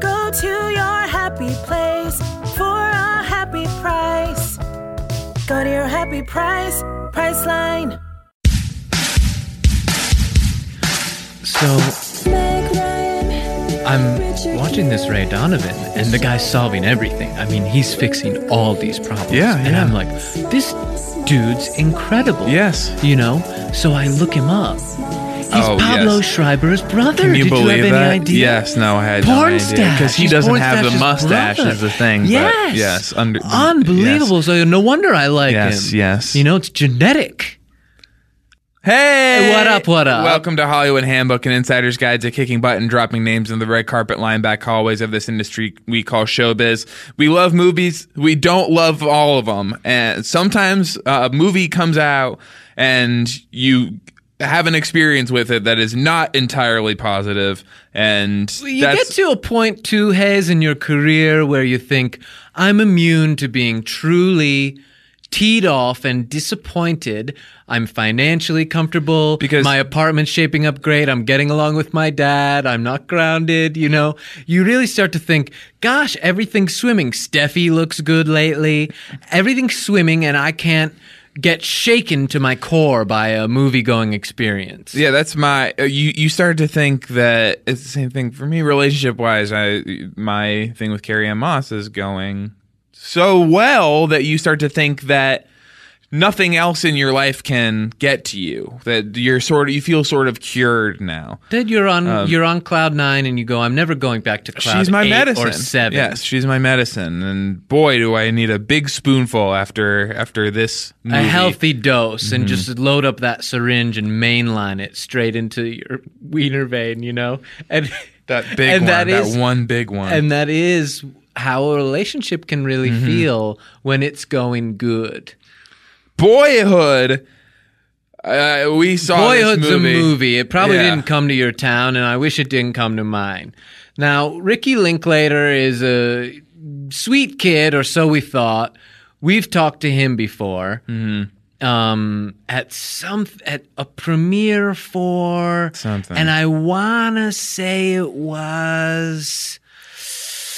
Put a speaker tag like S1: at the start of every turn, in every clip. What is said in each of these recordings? S1: Go to your happy place for a happy price. Go to your happy price, Priceline.
S2: So I'm watching this Ray Donovan, and the guy's solving everything. I mean, he's fixing all these problems.
S3: Yeah,
S2: And
S3: yeah.
S2: I'm like, this dude's incredible.
S3: Yes.
S2: You know? So I look him up. He's
S3: Oh,
S2: Pablo
S3: yes.
S2: Schreiber's brother.
S3: Can you
S2: Did
S3: believe
S2: you have
S3: that?
S2: any idea?
S3: Yes, no, I had
S2: Porn
S3: no idea
S2: stash.
S3: because he
S2: He's
S3: doesn't
S2: porn
S3: have the
S2: stash's
S3: mustache
S2: brother.
S3: is the thing.
S2: Yes.
S3: but yes, under,
S2: Unbelievable.
S3: yes.
S2: So no wonder I like
S3: Yes,
S2: him.
S3: yes.
S2: You know, it's genetic.
S3: Hey,
S2: What up, what up?
S3: Welcome to Hollywood Handbook, an insider's guide to kicking butt and dropping names in the red carpet, lineback hallways of this industry we call showbiz. We love movies. We don't love all of them, and sometimes uh, a movie comes out and you have an experience with it that is not entirely positive, and
S2: you
S3: that's,
S2: get to a point too, Hayes, in your career where you think, I'm immune to being truly teed off and disappointed. I'm financially comfortable
S3: Because-
S2: my apartment's shaping up great. I'm getting along with my dad. I'm not grounded. You know, you really start to think, gosh, everything's swimming. Steffi looks good lately. Everything's swimming, and I can't get shaken to my core by a movie going experience.
S3: Yeah, that's my. uh, You you start to think that it's the same thing for me, relationship wise. I my thing with Carrie Ann Moss is going so well that you start to think that nothing else in your life can get to you. That you're sort of you feel sort of cured now.
S2: Then you're on you're on cloud nine, and you go, I'm never going back to cloud.
S3: Um, she's my
S2: eight
S3: medicine.
S2: or seven.
S3: Yes, she's my medicine, and boy, do I need a big spoonful after after this. Movie. Mm-hmm.
S2: a healthy dose, and just load up that syringe and mainline it straight into your wiener vein. You know, and
S3: that big
S2: and
S3: one,
S2: that
S3: that,
S2: is-
S3: one big one.
S2: and that is how a relationship can really
S3: Mm-hmm.
S2: feel when it's going good.
S3: Boyhood. Uh, we saw
S2: Boyhood's
S3: this movie.
S2: a movie. It probably
S3: Yeah.
S2: didn't come to your town, and I wish it didn't come to mine. Now, Ricky Linklater is a sweet kid, or so we thought. We've talked to him before.
S3: Mm-hmm.
S2: Um, at some at a premiere for
S3: Something.
S2: and I wanna say it was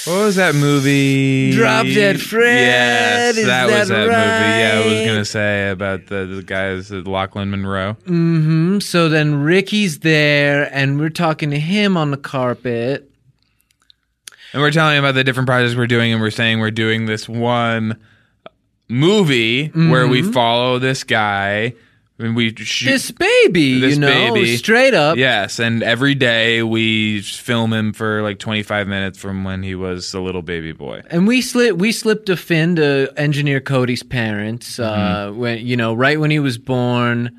S3: What was that movie?
S2: Drop Dead Fred,
S3: Yes,
S2: is
S3: that, was
S2: that
S3: that movie. Yeah, I
S2: right?
S3: was gonna say about the, the guys at Lachlan Monroe.
S2: So then Ricky's there, and we're talking to him on the carpet.
S3: And we're telling about the different projects we're doing, and we're saying we're doing this one movie where we follow this guy and we shoot
S2: Mm-hmm. This baby,
S3: This
S2: you know,
S3: baby.
S2: straight up.
S3: Yes, and every day we film him for like 25 minutes from when he was a little baby boy.
S2: And we slipped we slipped a fin to engineer Cody's parents.
S3: Mm-hmm.
S2: Uh, when you know, right when he was born,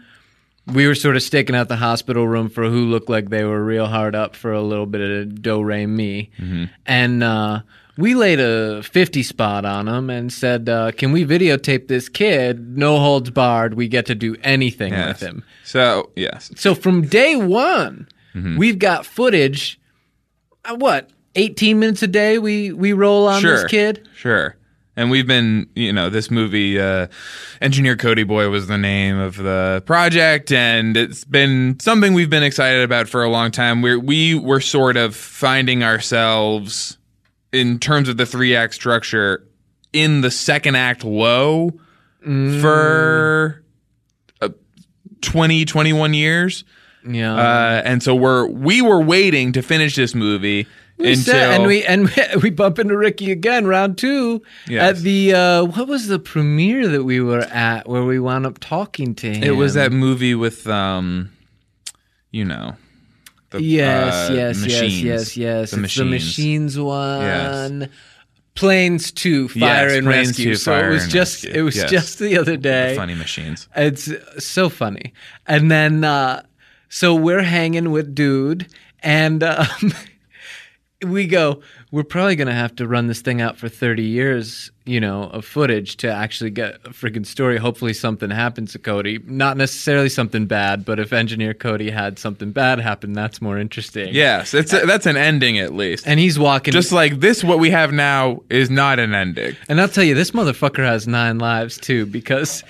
S2: we were sort of staking out the hospital room for who looked like they were real hard up for a little bit of do re mi,
S3: Mm-hmm.
S2: and uh, we laid a fifty spot on him and said, uh, "Can we videotape this kid? No holds barred. We get to do anything
S3: Yes.
S2: with him."
S3: So yes,
S2: So from day one,
S3: Mm-hmm.
S2: we've got footage. uh, What eighteen minutes a day we we roll on this kid.
S3: Sure. And we've been, you know, this movie, uh, Engineer Cody Boy was the name of the project, and it's been something we've been excited about for a long time. We're, we were sort of finding ourselves in terms of the three act structure in the second act low
S2: Mm.
S3: for uh, 20, 21 years.
S2: Yeah.
S3: Uh, and so we're, we were waiting to finish this movie.
S2: We
S3: until,
S2: said- and we and we, we bump into Ricky again, round two
S3: Yes.
S2: at the uh, what was the premiere that we were at where we wound up talking to him?
S3: It was that movie with, um, you know, the,
S2: yes,
S3: uh,
S2: yes,
S3: machines.
S2: yes, yes, yes,
S3: The
S2: it's
S3: machines.
S2: the machines one. Planes two, fire and
S3: Planes
S2: rescue.
S3: 2,
S2: so
S3: Fire
S2: it was
S3: and
S2: just
S3: Rescue.
S2: it was
S3: Yes.
S2: just the other day.
S3: The funny machines.
S2: It's so funny. And then, uh, so we're hanging with dude, and um, we go, we're probably going to have to run this thing out for 30 years, you know, of footage to actually get a freaking story. Hopefully, something happens to Cody. Not necessarily something bad, but if engineer Cody had something bad happen, that's more interesting.
S3: Yes, it's a, that's an ending at least.
S2: And he's walking.
S3: Just like this, what we have now is not an ending.
S2: And I'll tell you, this motherfucker has nine lives too, because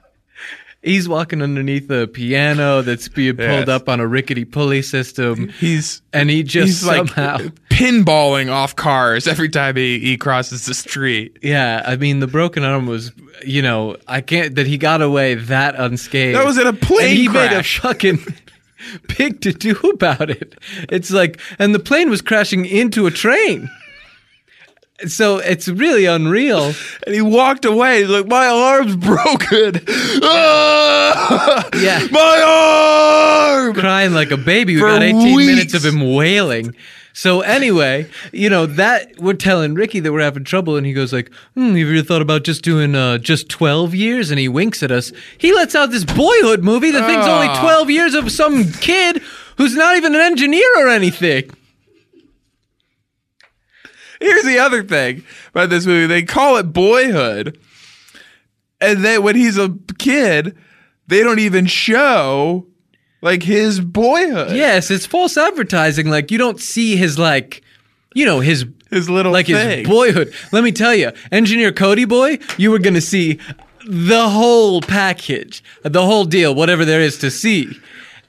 S2: he's walking underneath a piano that's being pulled
S3: Yes.
S2: up on a rickety pulley system.
S3: He's
S2: And he just
S3: he's like
S2: somehow.
S3: pinballing off cars every time he, he crosses the street.
S2: yeah, I mean, the broken arm was, you know, I can't, that he got away that unscathed.
S3: That was in a plane
S2: And he made a
S3: crash.
S2: fucking. Big to do about it. It's like, and the plane was crashing into a train. So it's really unreal.
S3: And he walked away. He's like, my arm's broken. Ah!
S2: Yeah.
S3: My arm.
S2: crying like a baby. We
S3: For
S2: got 18
S3: weeks.
S2: minutes of him wailing. So anyway, you know that we're telling Ricky that we're having trouble, and he goes like, hmm, "Have you ever thought about just doing uh, just twelve years?" And he winks at us. He lets out this boyhood movie. The thing's only
S3: Ah.
S2: twelve years of some kid who's not even an engineer or anything.
S3: Here's the other thing about this movie. They call it boyhood. And then when he's a kid, they don't even show like his boyhood.
S2: Yes, it's false advertising. Like you don't see his like, you know his
S3: His little
S2: like
S3: thing.
S2: his boyhood. Let me tell you, engineer Cody boy, you were gonna see the whole package, the whole deal, whatever there is to see,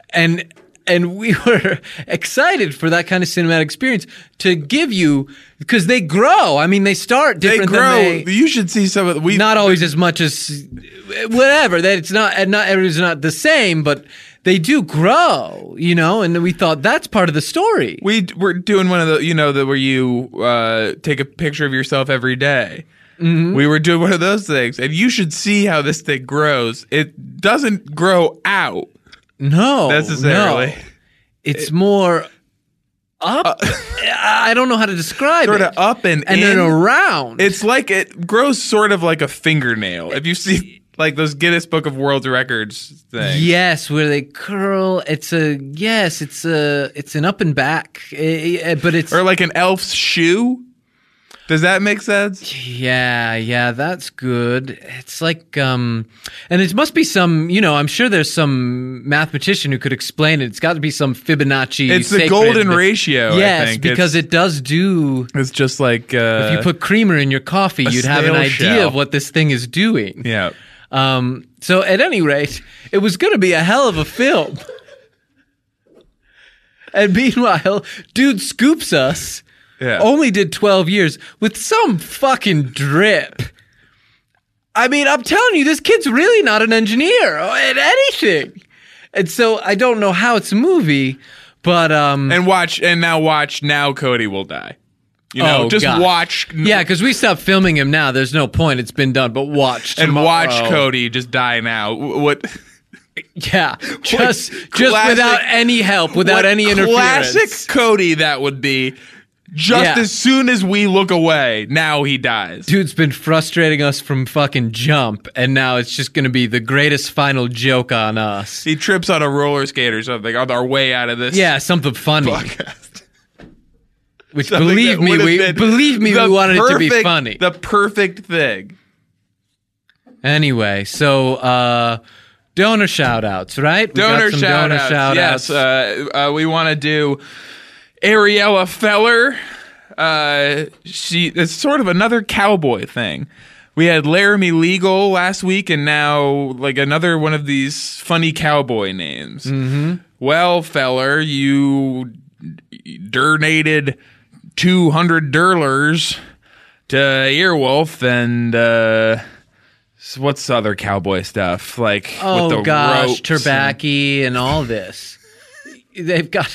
S2: and and we were excited for that kind of cinematic experience to give you because they grow. I mean, they start
S3: They
S2: different.
S3: grow.
S2: Than they,
S3: you should see some of we
S2: not always as much as whatever that it's not and not everybody's not the same but they do grow you know and we thought that's part of the story
S3: we d- were doing one of the you know the where you uh, take a picture of yourself every day.
S2: Mm-hmm.
S3: We were doing one of those things, and you should see how this thing grows. It doesn't grow out
S2: Oh, no
S3: necessarily.
S2: no. it's more up i don't know how to describe
S3: Uh, Sort
S2: it
S3: of up and,
S2: and
S3: in.
S2: then around
S3: It's like it grows sort of like a fingernail. If you see like those Guinness Book of World Records things.
S2: Yes, where they curl. It's a yes. It's a it's an up and back, eh, eh, but it's
S3: Or like an elf's shoe. Does that make sense?
S2: Yeah, yeah, that's good. It's like, um, and it must be some, you know, I'm sure there's some mathematician who could explain it. It's got to be some Fibonacci.
S3: It's the
S2: sacred-
S3: golden ratio,
S2: Yes,
S3: I think.
S2: because
S3: it's,
S2: it does do.
S3: it's just like uh,
S2: If you put creamer in your coffee,
S3: a
S2: you'd have an
S3: snail
S2: idea
S3: shell.
S2: of what this thing is doing.
S3: Yeah.
S2: Um, so at any rate, it was going to be a hell of a film. and meanwhile, dude scoops us
S3: Yeah.
S2: only did 12 years with some fucking drip. I mean, I'm telling you, this kid's really not an engineer at anything. And so I don't know how it's a movie, but um,
S3: and watch and now watch now Cody will die. You know,
S2: oh,
S3: just
S2: gosh.
S3: watch
S2: Yeah, because we stopped filming him now. There's no point. It's been done. But watch
S3: and
S2: tomorrow.
S3: watch Cody just die now. Wh- What
S2: Yeah, just just
S3: classic-
S2: without any help, without
S3: what
S2: any interference.
S3: Classic Cody that would be. Just
S2: Yeah.
S3: as soon as we look away, now he dies.
S2: dude's been frustrating us from fucking jump, and now it's just gonna be the greatest final joke on us.
S3: He trips on a roller skate or something on our way out of this.
S2: Yeah, something funny. Which
S3: Something
S2: believe
S3: that
S2: me,
S3: would've
S2: we
S3: been
S2: believe me,
S3: the
S2: we wanted it to be
S3: perfect-
S2: funny.
S3: The perfect thing.
S2: anyway, so uh donor shout outs, right? We
S3: Donor shout
S2: donor
S3: outs.
S2: shout-outs.
S3: Yes, uh, uh, we want to do Ariella Feller. Uh, she it's sort of another cowboy thing. We had Laramie Legal last week, and now like another one of these funny cowboy names. Mm-hmm. Well, feller, you donated two hundred derlers to Earwolf, and uh, s- what's other cowboy stuff like?
S2: oh
S3: with the
S2: gosh,
S3: ropes and-
S2: Turbaki and, all this. They've got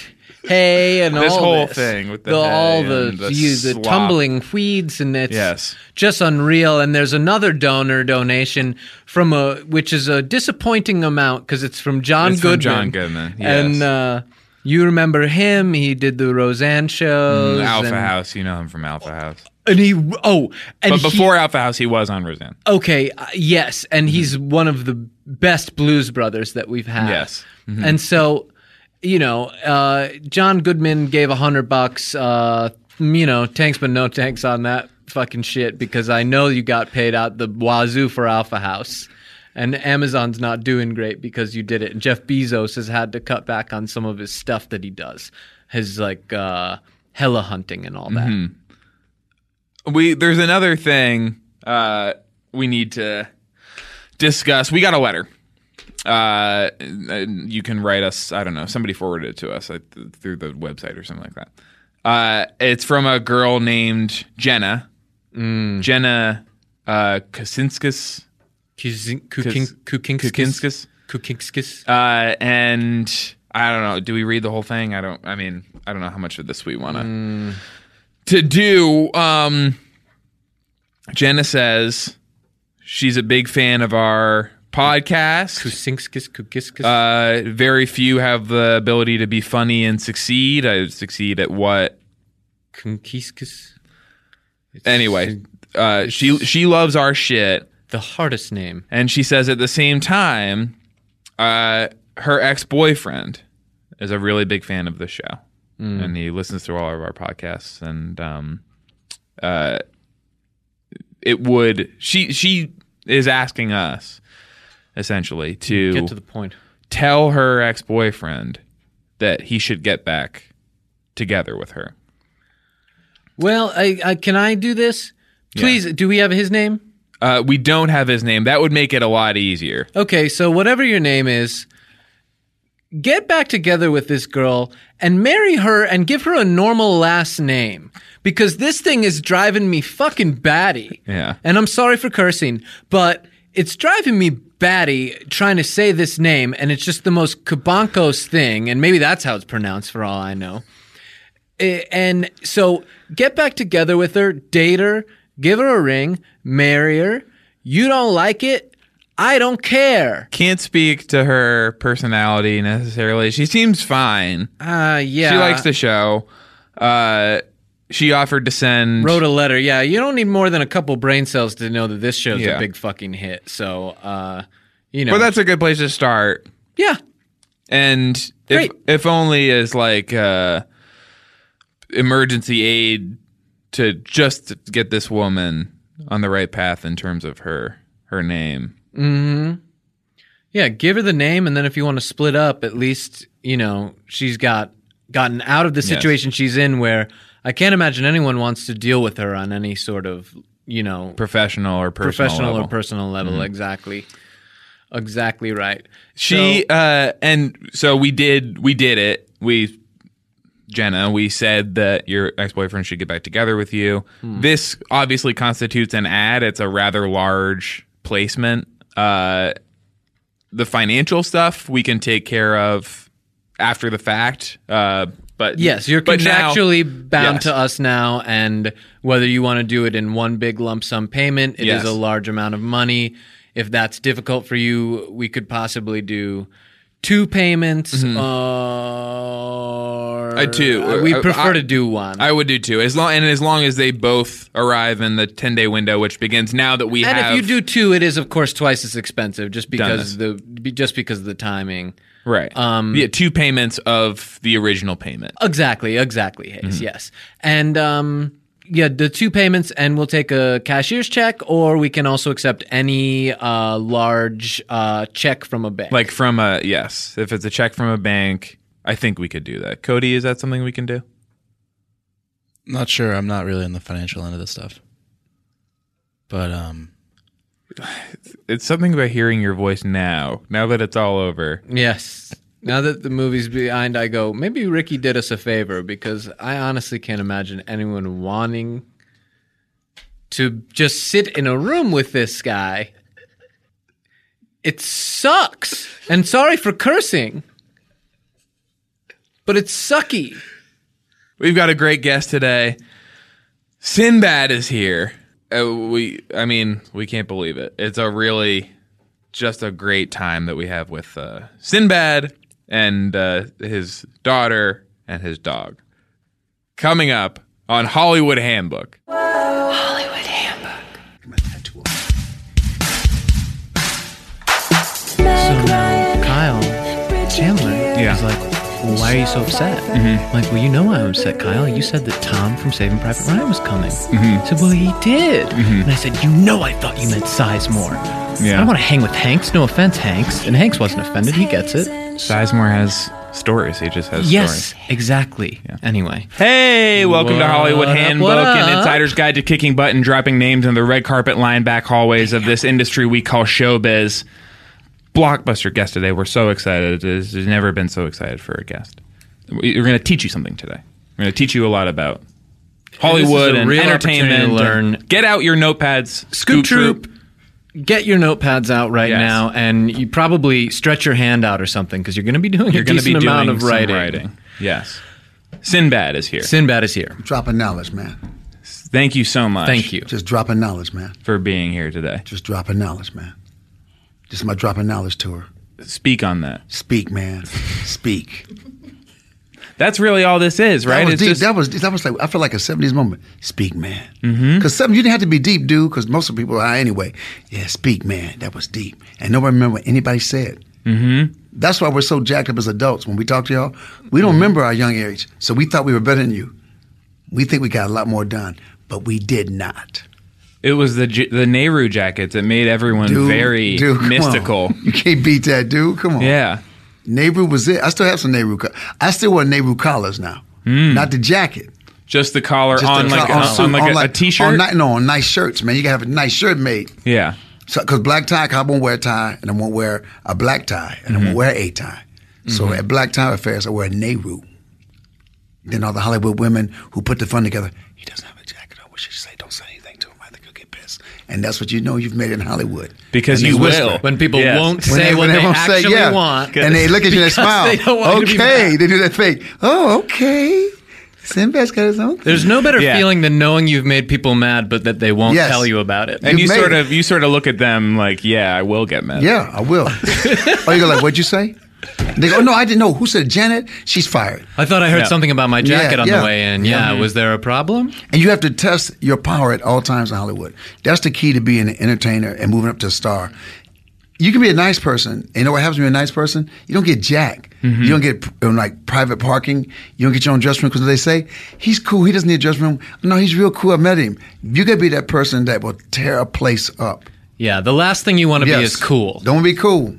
S2: hay and
S3: This
S2: all
S3: whole
S2: this.
S3: thing with the hay
S2: all
S3: and
S2: the
S3: the
S2: you- the
S3: slop.
S2: tumbling weeds and it's
S3: Yes.
S2: just unreal. And there's another donor donation from a which is a disappointing amount because it's from John
S3: It's from
S2: Goodman.
S3: John Goodman, yes.
S2: and uh, you remember him? He did the Roseanne shows,
S3: Mm, Alpha
S2: and,
S3: House. You know him from Alpha House.
S2: and he oh, and
S3: But
S2: he-
S3: before Alpha House, he was on Roseanne.
S2: Okay, uh, yes, and he's one of the best blues brothers that we've had.
S3: Yes.
S2: And so you know, uh, John Goodman gave a hundred bucks. Uh, you know, tanks but no tanks on that fucking shit because I know you got paid out the wazoo for Alpha House, and Amazon's not doing great because you did it. And Jeff Bezos has had to cut back on some of his stuff that he does, his like uh, hella hunting and all that.
S3: we there's another thing uh, we need to discuss. We got a letter. Uh, and you can write us. I don't know. Somebody forwarded it to us uh, th- through the website or something like that. Uh, it's from a girl named Jenna. Mm. Jenna uh, Kasinskis.
S2: Kuzin- Kukin- Kukinskis.
S3: Kukinskis.
S2: Kukinskis.
S3: Uh, and I don't know. Do we read the whole thing? I don't. I mean, I don't know how much of this we want to to do. Um, Jenna says she's a big fan of our podcast.
S2: Kusinskis. Kukiskis.
S3: Uh, very few have the ability to be funny and succeed. I succeed at what?
S2: Kunkiskis. It's
S3: Anyway, uh, she she loves our shit.
S2: the hardest name.
S3: And she says at the same time, uh, her ex boyfriend is a really big fan of the show.
S2: Mm.
S3: And he listens to all of our podcasts. And um, uh, it would, she, she is asking us essentially to,
S2: Get to the point.
S3: tell her ex boyfriend that he should get back together with her.
S2: Well, I, I can I do this? Please, do we have his name?
S3: Uh, we don't have his name. That would make it a lot easier.
S2: Okay, so whatever your name is, get back together with this girl and marry her and give her a normal last name because this thing is driving me fucking batty.
S3: Yeah.
S2: And I'm sorry for cursing, but it's driving me batty trying to say this name and it's just the most kabankos thing and maybe that's how it's pronounced for all I know. I- and so get back together with her, date her, give her a ring, marry her. You don't like it? I don't care.
S3: Can't speak to her personality necessarily. She seems fine.
S2: Uh, yeah.
S3: She likes the show. Uh, she offered to send.
S2: Wrote a letter. Yeah, you don't need more than a couple brain cells to know that this show's
S3: Yeah.
S2: a big fucking hit. So, uh, you know.
S3: but that's a good place to start.
S2: yeah.
S3: And if,
S2: Great.
S3: if only as like uh, emergency aid to just get this woman on the right path in terms of her her name.
S2: Yeah, give her the name and then if you want to split up, at least, you know, she's got gotten out of the situation she's in where I can't imagine anyone wants to deal with her on any sort of, you know,
S3: Professional or personal.
S2: professional
S3: level. Mm-hmm.
S2: or personal level exactly exactly right
S3: She
S2: So-
S3: uh and so we did we did it. We Jenna, we said that your ex-boyfriend should get back together with you.
S2: Hmm.
S3: This obviously constitutes an ad. It's a rather large placement. Uh the financial stuff we can take care of after the fact. Uh but
S2: yes you're
S3: but now-
S2: contractually bound
S3: Yes.
S2: to us now and whether you want to do it in one big lump sum payment it is
S3: Yes.
S2: a large amount of money if that's difficult for you we could possibly do two payments or
S3: Mm-hmm. Uh, two.
S2: Uh, we
S3: Uh,
S2: prefer
S3: I-
S2: to do one
S3: I would do too. As long and as long as they both arrive in the 10-day window which begins now that we
S2: and
S3: have
S2: if you do two it is of course twice as expensive just
S3: this.
S2: because the be- just because of the timing
S3: right. Um yeah, two payments of the original payment.
S2: Exactly, exactly, Hayes. Yes, and um, yeah, the two payments, and we'll take a cashier's check, or we can also accept any uh, large uh, check from a bank.
S3: Like from a yes, if it's a check from a bank, I think we could do that. Cody, is that something we can do?
S4: Not sure. I'm not really on the financial end of this stuff. But um,
S3: It's something about hearing your voice now. Now that it's all over,
S2: yes. Now that the movie's behind, I go. Maybe Ricky did us a favor because I honestly can't imagine anyone wanting to just sit in a room with this guy. It sucks, and sorry for cursing, but it's sucky.
S3: we've got a great guest today. Sinbad is here. Uh, we, I mean, we can't believe it. It's a really just a great time that we have with uh, Sinbad and uh, his daughter and his dog. Coming up on Hollywood Handbook.
S2: Kyle Chandler
S3: Yeah.
S2: is like, well, why are you so upset? I'm like, well, you know why I'm upset, Kyle. You said that Tom from Saving Private Ryan was coming. I said, well, he did. And I said, you know, I thought you meant Sizemore. I
S3: Yeah.
S2: don't want to hang with Hanks. No offense, Hanks. And Hanks wasn't offended. He gets it.
S3: Sizemore has stories. He just has
S2: Yes,
S3: stories.
S2: exactly. Anyway,
S3: Hey, welcome to
S2: What
S3: Hollywood
S2: up,
S3: Handbook,
S2: what
S3: an
S2: up?
S3: insider's guide to kicking butt and dropping names in the red carpet line back hallways of this industry we call showbiz. Blockbuster guest today. We're so excited. There's there's never been so excited for a guest. We- We're going to teach you something today. We're going to teach you a lot about Hollywood
S2: a
S3: and
S2: real
S3: entertainment.
S2: opportunity to
S3: and-
S2: learn.
S3: Get out your notepads.
S2: Scoop Troop. Get your notepads out right
S3: Yes.
S2: now, and you probably stretch your hand out or something because you're going to be doing
S3: You're
S2: a
S3: going to be
S2: decent
S3: doing
S2: amount of
S3: some
S2: writing.
S3: Yes. Sinbad is here.
S2: Sinbad is here.
S5: Dropping knowledge, man.
S3: Thank you so much.
S2: Thank you.
S5: Just dropping knowledge, man.
S3: for being here today.
S5: Just dropping knowledge, man. Just my dropping knowledge tour.
S3: Speak on that.
S5: Speak, man. Speak.
S3: That's really all this is, right?
S5: That was
S3: It's
S5: deep.
S3: just-
S5: that was that was like I feel like a '70s moment. Speak, man. Because
S3: Mm-hmm.
S5: something you didn't have to be deep, dude. Because most of the people are anyway. Yeah, speak, man. That was deep, and nobody remember what anybody said. Mm-hmm. That's why we're so jacked up as adults when we talk to y'all. We don't remember our young age, so we thought we were better than you. We think we got a lot more done, but we did not.
S3: it was the J- the Nehru jackets that made everyone
S5: Dude,
S3: very
S5: dude, come on.
S3: mystical.
S5: You can't beat that, dude. Come on.
S3: Yeah.
S5: Nehru was it. I still have some Nehru. Co- I still wear Nehru collars now,
S3: Mm.
S5: not the jacket.
S3: Just the collar
S5: Just
S3: on,
S5: the
S3: like,
S5: collar,
S3: on,
S5: suit,
S3: on like a- a
S5: On
S3: t-shirt.
S5: ni- no, on nice shirts, man. You gotta have a nice shirt made.
S3: yeah.
S5: So, cause black tie, I won't wear a tie, and I won't wear a black tie, and
S3: Mm-hmm.
S5: I won't wear a tie. So at black tie affairs, I wear a Nehru. Then all the Hollywood women who put the fun together, he doesn't have a jacket. I wish you say, don't say anything to him. I think he'll get pissed. And that's what you know you've made in Hollywood.
S3: Because
S5: And
S3: you
S5: they whisper.
S3: will.
S2: When people
S3: Yes.
S2: won't
S5: When
S2: say
S5: they-
S2: what
S5: when
S2: they,
S5: everyone say,
S2: actually
S5: yeah.
S2: want,
S5: And they look at you and
S2: because
S5: they smile.
S2: they don't want you to be
S5: okay,
S2: mad.
S5: they do that thing. Oh, okay. Sinbad's got his own thing.
S2: There's no better
S3: Yeah.
S2: feeling than knowing you've made people mad, but that they won't
S5: Yes.
S2: tell you about it.
S3: and you,
S5: You made
S3: sort
S5: it.
S3: of you sort of look at them like, yeah, I will get mad.
S5: Yeah, I will. oh, you go like, what'd you say? They go, oh, no, I didn't know. Who said Janet? She's fired.
S2: I thought I heard
S3: Yeah.
S2: something about my jacket
S5: Yeah,
S2: on
S5: yeah.
S2: the way in. Yeah, was there a problem?
S5: And you have to test your power at all times in Hollywood. That's the key to being an entertainer and moving up to a star. You can be a nice person. And you know what happens when you're a nice person? You don't get jack. You don't get um, like private parking. You don't get your own dress room because they say, he's cool. He doesn't need a dress room. No, he's real cool. I met him. You got to be that person that will tear a place up.
S2: Yeah, the last thing you want to be is cool.
S5: Don't be cool.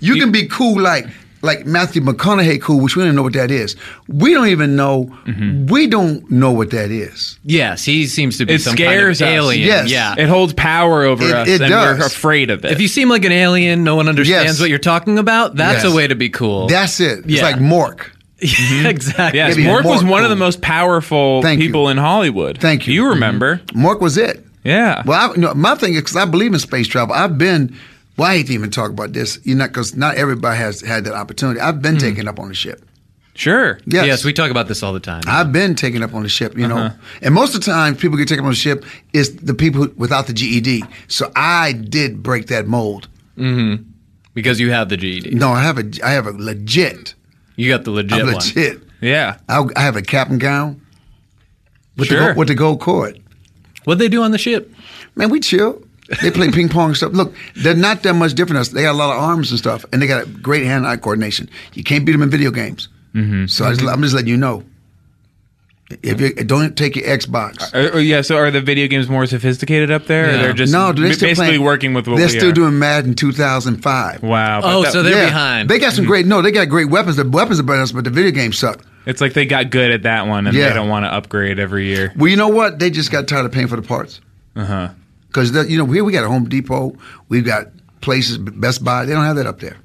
S5: You, can be cool like like Matthew McConaughey cool, which we don't even know what that is. We don't even know.
S2: Mm-hmm.
S5: We don't know what that is.
S2: Yes, he seems to be
S3: It
S2: some
S3: scares us.
S2: kind of alien.
S5: Yes.
S2: Yeah.
S3: It holds power over
S5: It-
S3: us,
S5: it
S3: and we're
S5: does.
S3: afraid of it.
S2: if you seem like an alien, no one understands
S5: Yes.
S2: what you're talking about. That's
S5: Yes. Mm-hmm.
S2: a way to be cool.
S5: That's it. It's
S2: Oh, Yeah.
S5: like Mork.
S2: exactly.
S3: yes,
S5: maybe
S3: Mork
S5: more
S3: was one of the
S5: cool.
S3: most powerful
S5: Thank you.
S3: people in Hollywood.
S5: Thank you.
S3: You remember?
S5: Mork was it.
S3: Yeah.
S5: Well, I, no, my thing is because I believe in space travel. I've been. Well, I hate to even talk about this. You know, because not everybody has had that opportunity. I've been
S2: Hmm.
S5: taken up on the ship.
S3: Sure.
S5: Yes.
S2: Yes, we talk about this all the time.
S5: I've been taken up on the ship, you know.
S2: Uh-huh.
S5: And most of the time, people get taken up on the ship is the people who, without the GED. So I did break that mold.
S2: because you have the GED.
S5: No, I have a I have a legit.
S2: You got the legit
S5: I'm
S2: one.
S5: legit.
S3: Yeah.
S5: I, I have a cap and gown with the
S3: Sure.
S5: go- with the gold cord.
S2: What'd they do on the ship?
S5: Man, we chill. They play ping pong and stuff. Look, they're not that much different than us. They got a lot of arms and stuff, and they got a great hand-eye coordination. You can't beat them in video games. Mm-hmm. So I just, I'm just letting you know. If you don't take your Xbox,
S3: Are, are- yeah, so are the video games more sophisticated up there? Or
S2: Yeah.
S3: they're just
S5: no, they're
S3: ba-
S5: still
S3: basically
S5: playing-
S3: working with what
S5: they're
S3: we
S5: still
S3: are.
S5: doing Madden 2005.
S3: Wow. but
S2: Oh,
S3: that-
S2: so they're behind.
S5: They got some
S3: Mm-hmm.
S5: great. No, they got great weapons. The weapons are better than us, but the video games suck.
S3: it's like they got good at that one, and
S5: Yeah.
S3: they don't want to upgrade every year.
S5: Well, you know what? They just got tired of paying for the parts.
S3: Uh huh.
S5: Because you know here we got a Home Depot, we've got places Best Buy. They don't have that up there.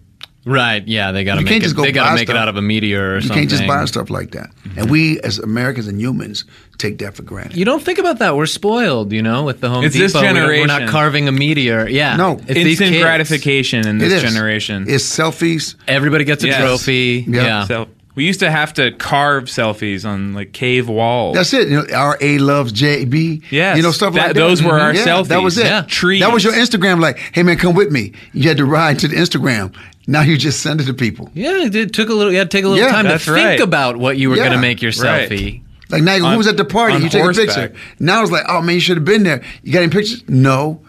S2: Right. Yeah, they got to
S5: You
S2: make
S5: can't
S2: it.
S5: just go
S2: they gotta
S5: buy
S2: make it
S5: stuff.
S2: out of a meteor or
S5: You
S2: something.
S5: can't just buy stuff like that.
S3: Mm-hmm.
S5: And we as Americans and humans take that for granted.
S2: You don't think about that. We're spoiled, you know, with the Home
S3: It's
S2: Depot.
S3: this
S2: We don't- We're
S3: generation.
S2: not carving a meteor. Yeah.
S5: No.
S2: It's these
S3: Instant
S2: kids.
S3: gratification in
S5: It
S3: this
S5: is.
S3: generation.
S5: It's selfies.
S2: Everybody gets a
S3: Yes.
S2: trophy.
S5: Yeah.
S2: Yeah.
S3: So we used to have to carve selfies on like cave walls.
S5: That's it. You know, R A loves J B.
S3: Yes.
S5: You know stuff
S3: That-
S5: like that. Mm-hmm.
S3: those were our
S5: yeah, That
S3: selfies.
S5: was it.
S3: Yeah. Trees.
S5: That was your Instagram. Like, hey man, come with me. You had to ride to the Instagram. Now you just send it to people.
S2: Yeah, it took a little. You had to take a little
S5: Yeah,
S2: time to
S3: that's
S2: think
S3: right.
S2: about what you were
S5: Yeah.
S2: going to make your
S3: Right.
S2: selfie.
S5: Like now, you go,
S3: On-
S5: who was at the party?
S3: on
S5: You take a
S3: horseback.
S5: picture. Now it's like, oh man, you should have been there. You got any pictures? No.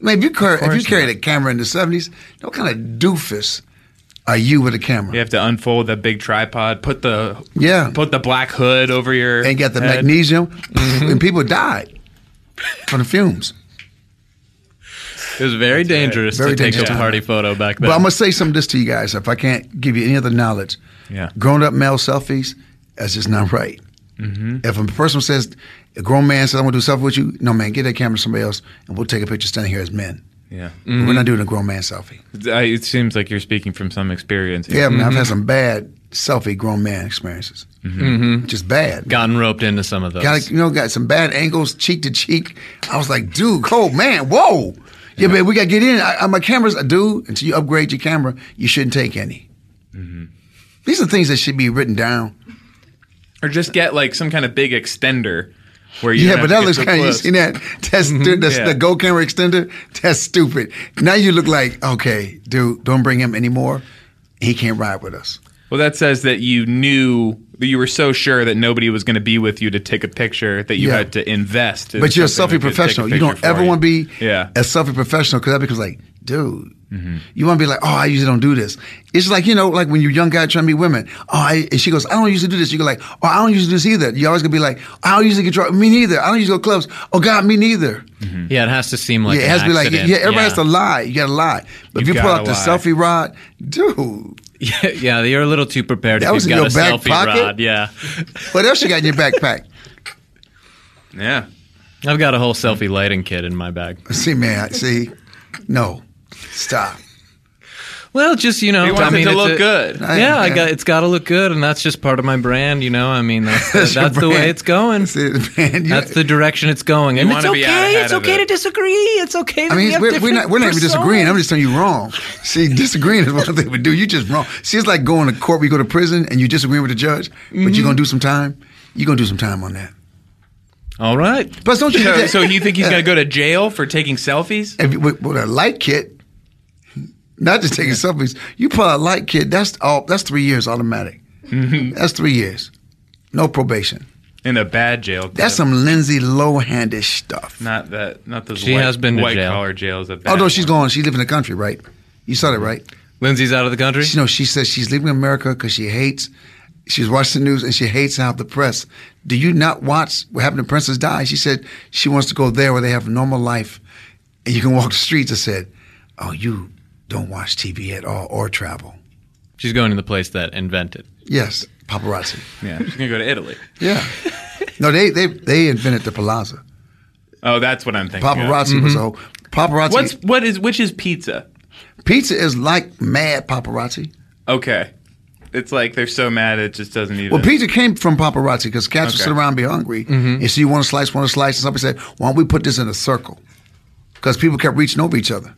S5: Man, if you, car- if you
S3: course
S5: carried a camera in the seventies, what kind of doofus are you with a camera?
S3: You have to unfold that big tripod, put the
S5: Yeah.
S3: put the black hood over your
S5: and got the
S3: head.
S5: magnesium,
S3: Mm-hmm.
S5: and people died from the fumes.
S2: It was very dangerous
S5: Very
S2: to take
S5: dangerous
S2: a
S5: time.
S2: party photo back then.
S5: But I'm gonna say some of this to you guys. If I can't give you any other knowledge,
S3: Yeah.
S5: grown up male selfies, that's just not right.
S3: Mm-hmm.
S5: If a person says, a grown man says, "I'm gonna do selfie with you," no man, get that camera to somebody else, and we'll take a picture standing here as men.
S3: Yeah,
S5: We're not doing a grown man selfie.
S3: I, it seems like you're speaking from some experience.
S5: Yeah, man,
S3: Mm-hmm.
S5: I've had some bad selfie grown man experiences. Just bad.
S2: Gotten roped into some of those.
S5: Got you know, got some bad angles, cheek to cheek. I was like, dude, Cole, man, whoa. Yeah, man, we gotta get in. I, I, my camera's a dude. Until you upgrade your camera, you shouldn't take any.
S3: Mm-hmm.
S5: These are things that should be written down.
S3: or just get like some kind of big extender where you
S5: Yeah,
S3: don't
S5: but
S3: have
S5: that
S3: to
S5: looks
S3: get so
S5: kind of. You
S3: close.
S5: seen that? That's stu- that's
S3: Yeah.
S5: the Go camera extender. That's stupid. Now you look like okay, dude. Don't bring him anymore. He can't ride with us.
S3: Well, that says that you knew that you were so sure that nobody was going to be with you to take a picture that you
S5: Yeah.
S3: had to invest. In
S5: But you're a
S3: something
S5: selfie
S3: that could take a
S5: professional. You
S3: picture
S5: don't
S3: for
S5: ever
S3: you.
S5: want to be
S3: Yeah. Mm-hmm.
S5: a selfie professional because that becomes like, dude, you want to be like, oh, I usually don't do this. It's like you know, like when you're a young guy trying to be women. Oh, I, and she goes, I don't usually do this. You go like, oh, I don't usually do this either. You're always gonna be like, I don't usually get drunk. Me neither. I don't usually go to clubs. Oh God, me neither.
S2: yeah, it has to seem like
S5: yeah, it
S2: an
S5: has to be like,
S2: accident.
S5: yeah, everybody has to lie. You gotta lie. But
S3: You've
S5: if you pull
S3: gotta
S5: out the
S3: lie.
S5: selfie rod, dude,
S2: yeah, yeah, you're a little too prepared.
S5: That
S2: if
S5: was
S2: you've
S5: in
S2: got
S5: your
S2: a
S5: back
S2: selfie
S5: pocket?
S2: rod. Yeah,
S5: what else you got in your backpack?
S3: Yeah.
S2: I've got a whole selfie lighting kit in my bag.
S5: see, man, see, no, stop.
S2: Well, just you know,
S3: You
S2: I
S3: want it
S2: mean,
S3: to
S2: it's
S3: look
S2: a-
S3: good.
S5: I-
S2: yeah, I
S5: yeah.
S2: got it's got to look good, and that's just part of my brand. You know, I mean, that's the, that's,
S5: That's your
S2: the
S5: brand.
S2: way it's going.
S5: That's it, man. You-
S2: That's the direction it's going, and it's
S3: wanna be out
S2: okay.
S3: ahead
S2: It's
S3: of
S2: okay
S3: it.
S2: to disagree. It's okay.
S5: I
S2: that we
S5: mean,
S2: have
S5: we're, we're
S2: different
S5: not we're not even disagreeing. I'm
S2: personas.
S5: just telling you wrong. See, disagreeing is one thing we do. You just wrong. See, it's like going to court. We go to prison, and you disagree with the judge, but
S2: Mm-hmm.
S5: you're gonna do some time. You're gonna do some time on that.
S2: All right.
S5: Plus, don't you? get
S3: So,
S5: that-
S3: so you think he's going to go to jail for taking selfies?
S5: if you- with, with a light kit, not just taking selfies. You pull out a light kit. That's all. That's three years automatic.
S2: Mm-hmm.
S5: That's three years, no probation.
S3: In a bad jail.
S5: That's
S3: though.
S5: some Lindsay Lohandish stuff.
S3: Not that. Not those.
S2: She
S3: white,
S2: has been to
S3: white
S2: jail.
S3: collar jails. Of
S5: Although Oh, she's gone, she live in the country, right? You saw that, right?
S2: Lindsay's out of the country.
S5: She, no, she says she's leaving America because she hates. She's watching the news and she hates how the press. Do you not watch what happened to Princess Di? She said she wants to go there where they have normal life, and you can walk the streets. I said, "Oh, you don't watch TV at all or travel."
S2: She's going to the place that invented.
S5: Yes, paparazzi.
S3: Yeah. She's going to go to Italy.
S5: Yeah. no, they they they invented the Palazzo.
S3: Oh, that's what I'm thinking. of.
S5: Paparazzi was a whole paparazzi.
S3: Mm-hmm. What's what is which is pizza?
S5: pizza is like mad paparazzi.
S3: Okay. It's like they're so mad it just doesn't even.
S5: Well, pizza came from paparazzi because cats would
S3: Okay. Mm-hmm.
S5: sit around and be hungry, and so you want to slice, want to slice, and somebody said, "Why don't we put this in a circle?" Because people kept reaching over each other.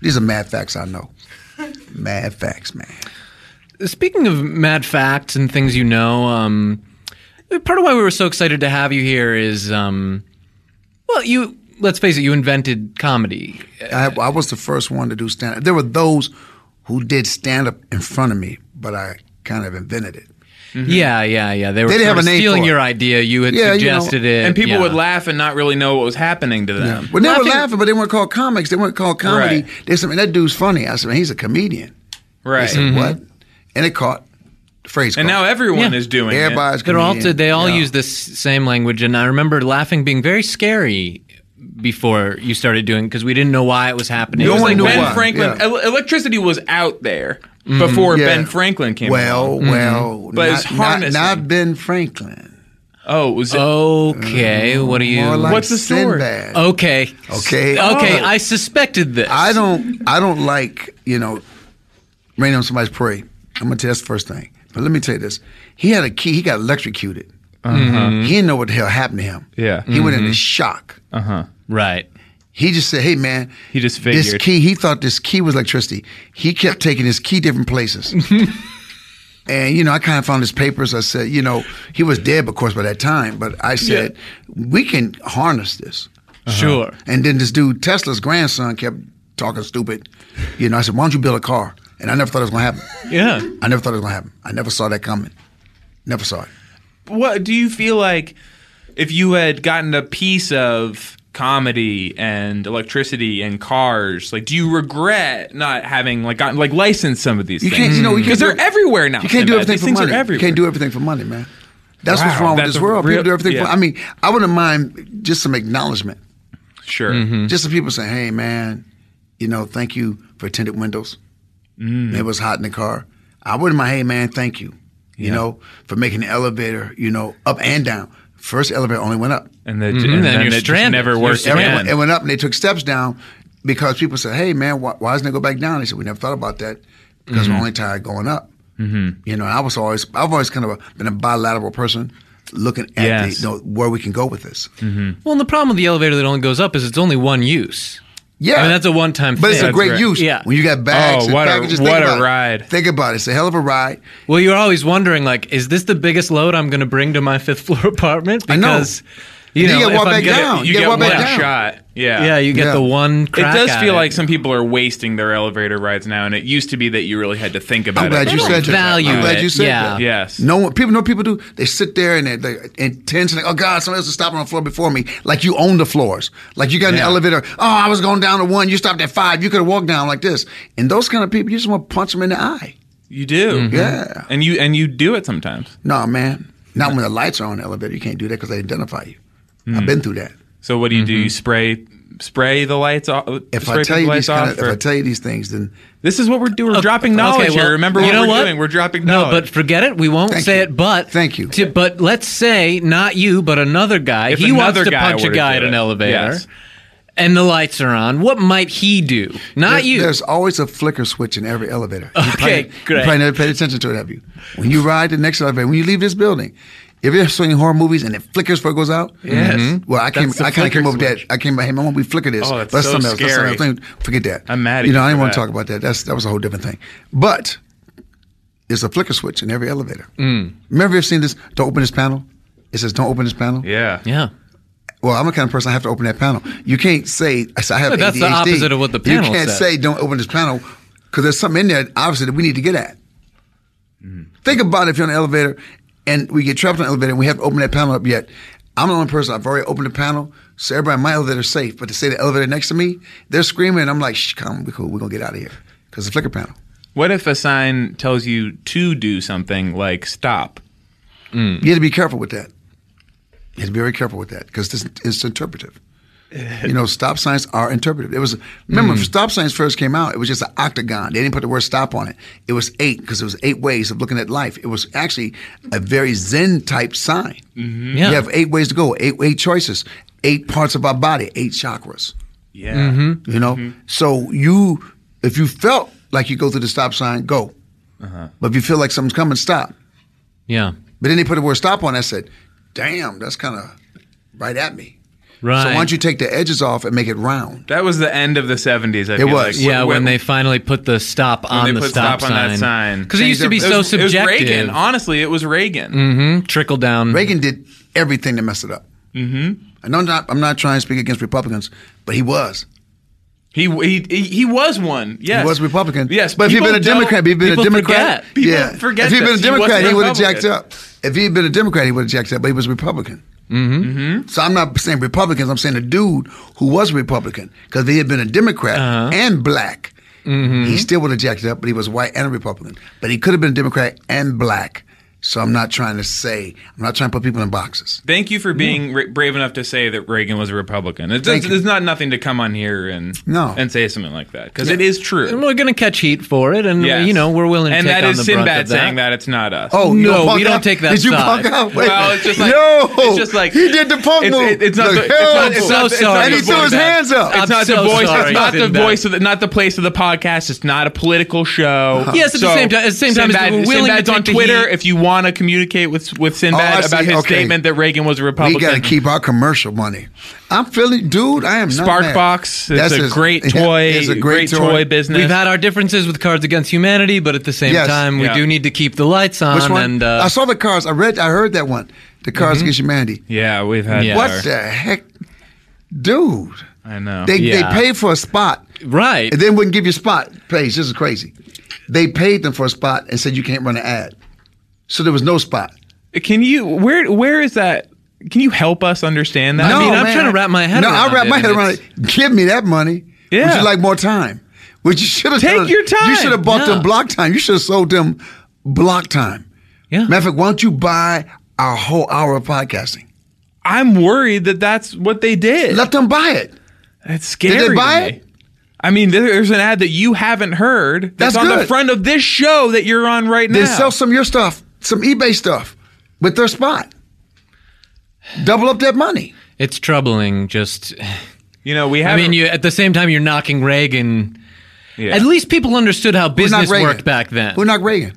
S5: These are mad facts I know. mad facts, man.
S2: Speaking of mad facts and things you know, um, part of why we were so excited to have you here is, um, well, you let's face it, you invented comedy.
S5: I, I was the first one to do stand up. There were those who did stand up in front of me, but I kind of invented it.
S2: Yeah, yeah, yeah. They were
S5: Mm-hmm. They
S2: sort
S5: didn't have
S2: of
S5: a name
S2: stealing
S5: for it.
S2: your idea. You had
S5: Yeah, you know,
S2: suggested it,
S3: and people
S2: yeah.
S3: would laugh and not really know what was happening to them.
S5: Well, they
S2: Well, I
S5: were
S2: think-
S5: laughing, but they weren't called comics. They weren't called comedy.
S3: Right.
S5: They said, "Man, that dude's funny." I said, "Man, he's a comedian." They
S3: Right.
S5: said, "What?" And it caught the phrase.
S3: Mm-hmm. And
S5: caught.
S3: now everyone
S2: Yeah.
S3: is doing it.
S5: everybody's
S2: They're all
S5: comedian.
S2: they all
S5: Yeah.
S2: use this same language, and I remember laughing being very scary before you started doing because we didn't know why it was happening.
S5: No
S2: It was
S5: one
S2: like
S5: knew
S2: when-
S3: Ben
S5: why.
S3: Franklin,
S5: Yeah.
S3: el- electricity was out there
S5: Mm-hmm.
S3: before
S5: Yeah.
S3: Ben Franklin came.
S5: Well,
S3: along.
S2: Mm-hmm.
S5: well,
S3: But
S5: not,
S3: it's
S5: not,
S3: harnessing.
S5: not Ben Franklin.
S3: oh, was it?
S2: Okay, what are you?
S5: Mm,
S2: Oh.
S5: More like
S3: What's the story?
S5: Sinbad.
S2: okay,
S5: Okay.
S2: okay.
S5: Oh.
S2: I suspected this.
S5: I don't. I don't like you know, raining on somebody's parade. I'm gonna tell you that's the first thing. But let me tell you this: he had a key. He got electrocuted.
S2: Uh-huh.
S5: He didn't know what the hell happened to him.
S3: Yeah.
S5: he went
S2: Mm-hmm.
S5: into shock.
S2: right.
S5: He just said, "Hey man,
S3: He just
S5: this
S3: figured.
S5: key. He thought this key was electricity. He kept taking his key different places." and you know, I kind of found his papers. I said, you know, he was dead, of course, by that time. But I said, we can harness this.
S2: Sure.
S5: And then this dude, Tesla's grandson, kept talking stupid. You know, I said, why don't you build a car? And I never thought it was gonna happen.
S2: Yeah.
S5: I never thought it was gonna happen. I never saw that coming. Never saw it.
S3: What do you feel like if you had gotten a piece of comedy and electricity and cars? Like, do you regret not having like gotten like licensed some of these
S5: You
S3: things?
S5: can't, you know, you can't
S3: because
S5: do
S3: they're
S5: it-
S3: everywhere now.
S5: You can't do
S3: Sinbad.
S5: everything
S3: These
S5: for
S3: things
S5: money.
S3: Are everywhere.
S5: You can't do everything for money, man. That's what's
S3: Wow,
S5: wrong with
S3: that's
S5: this
S3: a
S5: world.
S3: real-
S5: People do everything
S3: yeah.
S5: for. I mean, I wouldn't mind just some acknowledgement,
S3: Sure.
S2: Mm-hmm.
S5: just some people saying, "Hey, man, you know, thank you for tinted windows.
S2: Mm.
S5: It was hot in the car. I wouldn't mind. Hey, man, thank you. You know, for making the elevator. You know, up and down. First elevator only went up.
S3: And, the,
S4: then
S3: and then,
S4: you're
S3: it just
S4: stranded.
S3: never
S4: You're
S3: works
S5: It went-
S3: again.
S5: it went up and they took steps down because people said, hey, man, why, why doesn't it go back down? They said, we never thought about that because we're only tired going up. Mm-hmm. You know, and I was always, I've always kind of been a bilateral person looking at
S3: Yes.
S5: the, you know, where we can go with this.
S2: Well, and the problem with the elevator that only goes up is it's only one use.
S5: Yeah.
S2: I mean, that's a one-time
S5: But it's
S2: thing.
S5: a great
S3: right.
S5: use.
S2: Yeah.
S5: When you got bags
S3: Oh,
S5: and
S3: what a-
S5: packages.
S3: what
S5: think
S3: a
S5: about it.
S3: ride.
S5: Think about it. It's a hell of a ride.
S2: Well, you're always wondering, like, is this the biggest load I'm going to bring to my fifth floor apartment?
S5: I know.
S2: Because, you know,
S5: Then you gotta
S2: if
S5: walk
S2: I'm
S5: back
S2: gonna-
S5: down.
S3: you
S5: Yeah,
S3: get
S5: what
S3: one
S5: about now?
S3: shot. Yeah.
S2: Yeah, you get
S5: Yeah.
S2: the one
S3: It
S2: crack
S3: does
S2: at
S3: feel
S2: it.
S3: like some people are wasting their elevator rides now, and it used to be that you really had to think about
S5: I'm glad
S3: it.
S5: you
S2: don't
S5: said that.
S2: value
S5: I'm glad
S2: it.
S5: you said
S2: Yeah.
S5: that.
S3: Yes.
S5: No one, people know what people do. They sit there and they they intense and like, oh God, somebody else is stopping on the floor before me. Like you own the floors. Like you got an
S3: Yeah.
S5: elevator. Oh, I was going down to one. You stopped at five. You could have walked down like this. And those kind of people, you just want to punch them in the eye.
S3: You do.
S2: Mm-hmm.
S5: Yeah.
S3: And you and you do it sometimes.
S5: No, man. Not when the lights are on the elevator. You can't do that because they identify you.
S3: Hmm.
S5: I've been through that.
S3: So what do you
S2: Mm-hmm.
S3: do? You spray spray the lights off.
S5: If
S3: spray
S5: I tell
S3: the
S5: you
S3: lights
S5: these kind of,
S3: off,
S5: if
S3: or-
S5: I tell you these things, then
S3: this is what we're doing. We're dropping knowledge here. Remember what we're doing. We're dropping knowledge.
S2: No, but forget it. We won't
S5: Thank
S2: say
S5: you.
S2: it. But
S5: Thank you.
S2: to- but let's say not you, but another guy.
S3: If
S2: he
S3: another
S2: wants to
S3: guy
S2: punch
S3: were
S2: a
S3: to
S2: guy
S3: do
S2: at an
S3: it,
S2: elevator,
S3: yes.
S2: and the lights are on. What might he do? Not
S5: there's,
S2: you.
S5: There's always a flicker switch in every elevator. You
S2: Okay,
S5: probably,
S2: great.
S5: You probably never paid attention to it, have you? When you ride the next elevator, when you leave this building, if you're seeing horror movies and it flickers before it goes out, Mm-hmm.
S3: Yes. Mhm.
S5: Well, I came,
S3: That's the
S5: I kind of
S3: flicker
S5: came over that.
S3: switch.
S5: I came, hey man, won't we flicker this?
S3: Oh, that's so
S5: something else.
S3: scary.
S5: That's something else. Forget that.
S3: I'm mad at
S5: You know,
S3: you
S5: I didn't
S3: for
S5: want
S3: that.
S5: to talk about that. That's that was a whole different thing. But there's a flicker switch in every elevator.
S3: Mm.
S5: Remember, you've seen this. Don't open this panel. It says, "Don't open this panel."
S3: yeah.
S2: yeah.
S5: Well, I'm the kind of person I have to open that panel. You can't say I said, I have
S2: But that's the
S5: ADHD.
S2: opposite of what the
S5: You
S2: panel
S5: can't
S2: said.
S5: say don't open this panel because there's something in there obviously that we need to get at.
S2: Mm.
S5: Think about if you're on an elevator and we get trapped on an elevator and we haven't opened that panel up yet. I'm the only person I've already opened the panel, so everybody in my elevator is safe. But to say the elevator next to me, they're screaming, and I'm like, shh, come, we cool, we're gonna get out of here because the flicker panel.
S3: What if a sign tells you to do something like stop?
S5: You had to be careful with that. You had to be very careful with that because this it's interpretive. You know, stop signs are interpretive. It was remember when stop signs first came out. It was just an octagon. They didn't put the word stop on it. It was eight because it was eight ways of looking at life. It was actually a very Zen type sign.
S2: Yeah.
S5: You have eight ways to go, eight eight choices, eight parts of our body, eight chakras.
S3: Yeah.
S2: Mm-hmm.
S5: You know, so you if you felt like you go through the stop sign, go. But if you feel like something's coming, stop.
S2: Yeah.
S5: But then they put the word stop on. I said, damn, that's kind of right at me.
S2: Right.
S5: So why don't you take the edges off and make it round?
S3: That was the end of the seventies. I
S5: It
S3: feel
S5: was.
S3: like.
S2: yeah,
S3: Wh-
S2: when
S3: wh-
S2: they finally put the stop on
S3: they
S2: the
S3: put
S2: stop,
S3: stop on that sign.
S2: because it used to be
S5: It
S2: so
S3: it was
S2: subjective.
S3: Reagan. Honestly, it was Reagan.
S2: Trickle down.
S5: Reagan did everything to mess it up. Mm-hmm. And I'm not, I'm not trying to speak against Republicans, but he was.
S3: He, he he he was one. Yes,
S5: He was Republican.
S3: Yes,
S5: but if he'd
S3: people
S5: been a
S3: don't-
S5: Democrat, if he'd been
S2: people
S5: a Democrat,
S2: forget.
S3: People
S5: yeah,
S3: forget
S5: if he'd been a
S3: this. He wasn't
S5: Democrat, he, would have
S3: Republican.
S5: jacked up. If he'd been a Democrat, he would have jacked up. But he was Republican. Mm-hmm. So I'm not saying Republicans. I'm saying a dude who was Republican because if he had been a Democrat
S3: Uh-huh.
S5: and black,
S3: Mm-hmm.
S5: he still would have jacked up. But he was white and a Republican. But he could have been a Democrat and black. So I'm not trying to say I'm not trying to put people in boxes.
S3: Thank you for being ra- brave enough to say that Reagan was a Republican. It's,
S5: Thank
S3: it's,
S5: you.
S3: it's not nothing to come on here and
S5: No.
S3: and say something like that because it is
S2: And
S3: true.
S2: we're gonna catch heat for it, and
S3: Yes.
S2: you know we're willing to
S3: and
S2: take
S3: that
S2: on
S3: is
S2: the brunt
S3: Sinbad
S2: of
S3: saying that it's not us.
S5: Oh you
S2: No,
S5: don't punk
S2: we don't
S5: out?
S2: take that
S5: Did you
S2: side.
S5: punk out?
S3: Well, it's just like-
S5: yo,
S3: it's just like-
S5: he did the punk
S3: it's-
S5: move.
S3: it- it's not
S5: The
S3: the- it's not-
S2: I'm
S3: it's
S5: hell?
S3: not
S2: so
S3: the- it's
S2: sorry.
S3: not
S5: and he
S3: the
S5: threw
S3: voice
S5: his
S3: of-
S5: hands up.
S3: It's
S2: I'm
S3: not
S2: so
S3: the voice.
S2: sorry,
S3: It's not the
S2: Sinbad.
S3: voice of the, not the place of the podcast. It's not a political show.
S2: Yes, at the same ti- at the same time, it's-
S3: Sinbad,
S2: we're willing to
S3: Sinbad's on
S2: take the
S3: Twitter.
S2: heat.
S3: If you want to communicate with with
S5: Oh, I
S3: Sinbad
S5: see.
S3: about his
S5: Okay.
S3: statement that Reagan was a Republican,
S5: We got to keep our commercial money. I'm feeling, dude. I am not mad.
S3: Sparkbox. It's
S5: That's
S3: a
S5: his-
S3: great
S5: yeah,
S3: toy.
S5: it's a
S3: great, toy. business.
S2: We've had our differences with Cards Against Humanity, but at the same
S5: Yes.
S2: time,
S3: Yeah.
S2: we do need to keep the lights on.
S5: Which one?
S2: And uh,
S5: I saw the cars. I read. I heard that one. The Cars Against Humanity.
S3: yeah, we've had.
S2: Yeah.
S5: What
S3: our-
S5: the heck, dude?
S3: I know.
S5: They
S2: Yeah.
S5: they paid for a spot
S2: right,
S5: and then wouldn't give you spot page. This is crazy. They paid them for a spot and said you can't run an ad, so there was no spot.
S3: Can you where where is that Can you help us understand that?
S2: No. I mean, I'm trying to wrap my head
S5: no,
S2: around
S5: I wrap
S2: it,
S5: my head
S2: and
S5: around
S2: it's-
S5: it. Give me that money. Would
S3: Yeah.
S5: you like more time? Would you should have
S3: Take your time.
S5: You should have bought
S2: Yeah.
S5: them block time. You should have sold them block time.
S2: Yeah.
S5: Matter of fact, why don't you buy our whole hour of podcasting?
S3: I'm worried that that's what they did.
S5: Let them buy it.
S3: That's scary. to
S5: buy
S3: me.
S5: it?
S3: I mean, there- there's an ad that you haven't heard that's,
S5: That's
S3: on the
S5: good.
S3: front of this show that you're on right now.
S5: Then sell some of your stuff, some eBay stuff, with their spot. Double up that money.
S2: It's troubling. Just,
S3: you know, we
S2: I
S3: haven't.
S2: mean, you at the same time you're knocking Reagan.
S3: yeah.
S2: At least people understood how business
S5: Reagan.
S2: worked back then.
S5: We're not Reagan.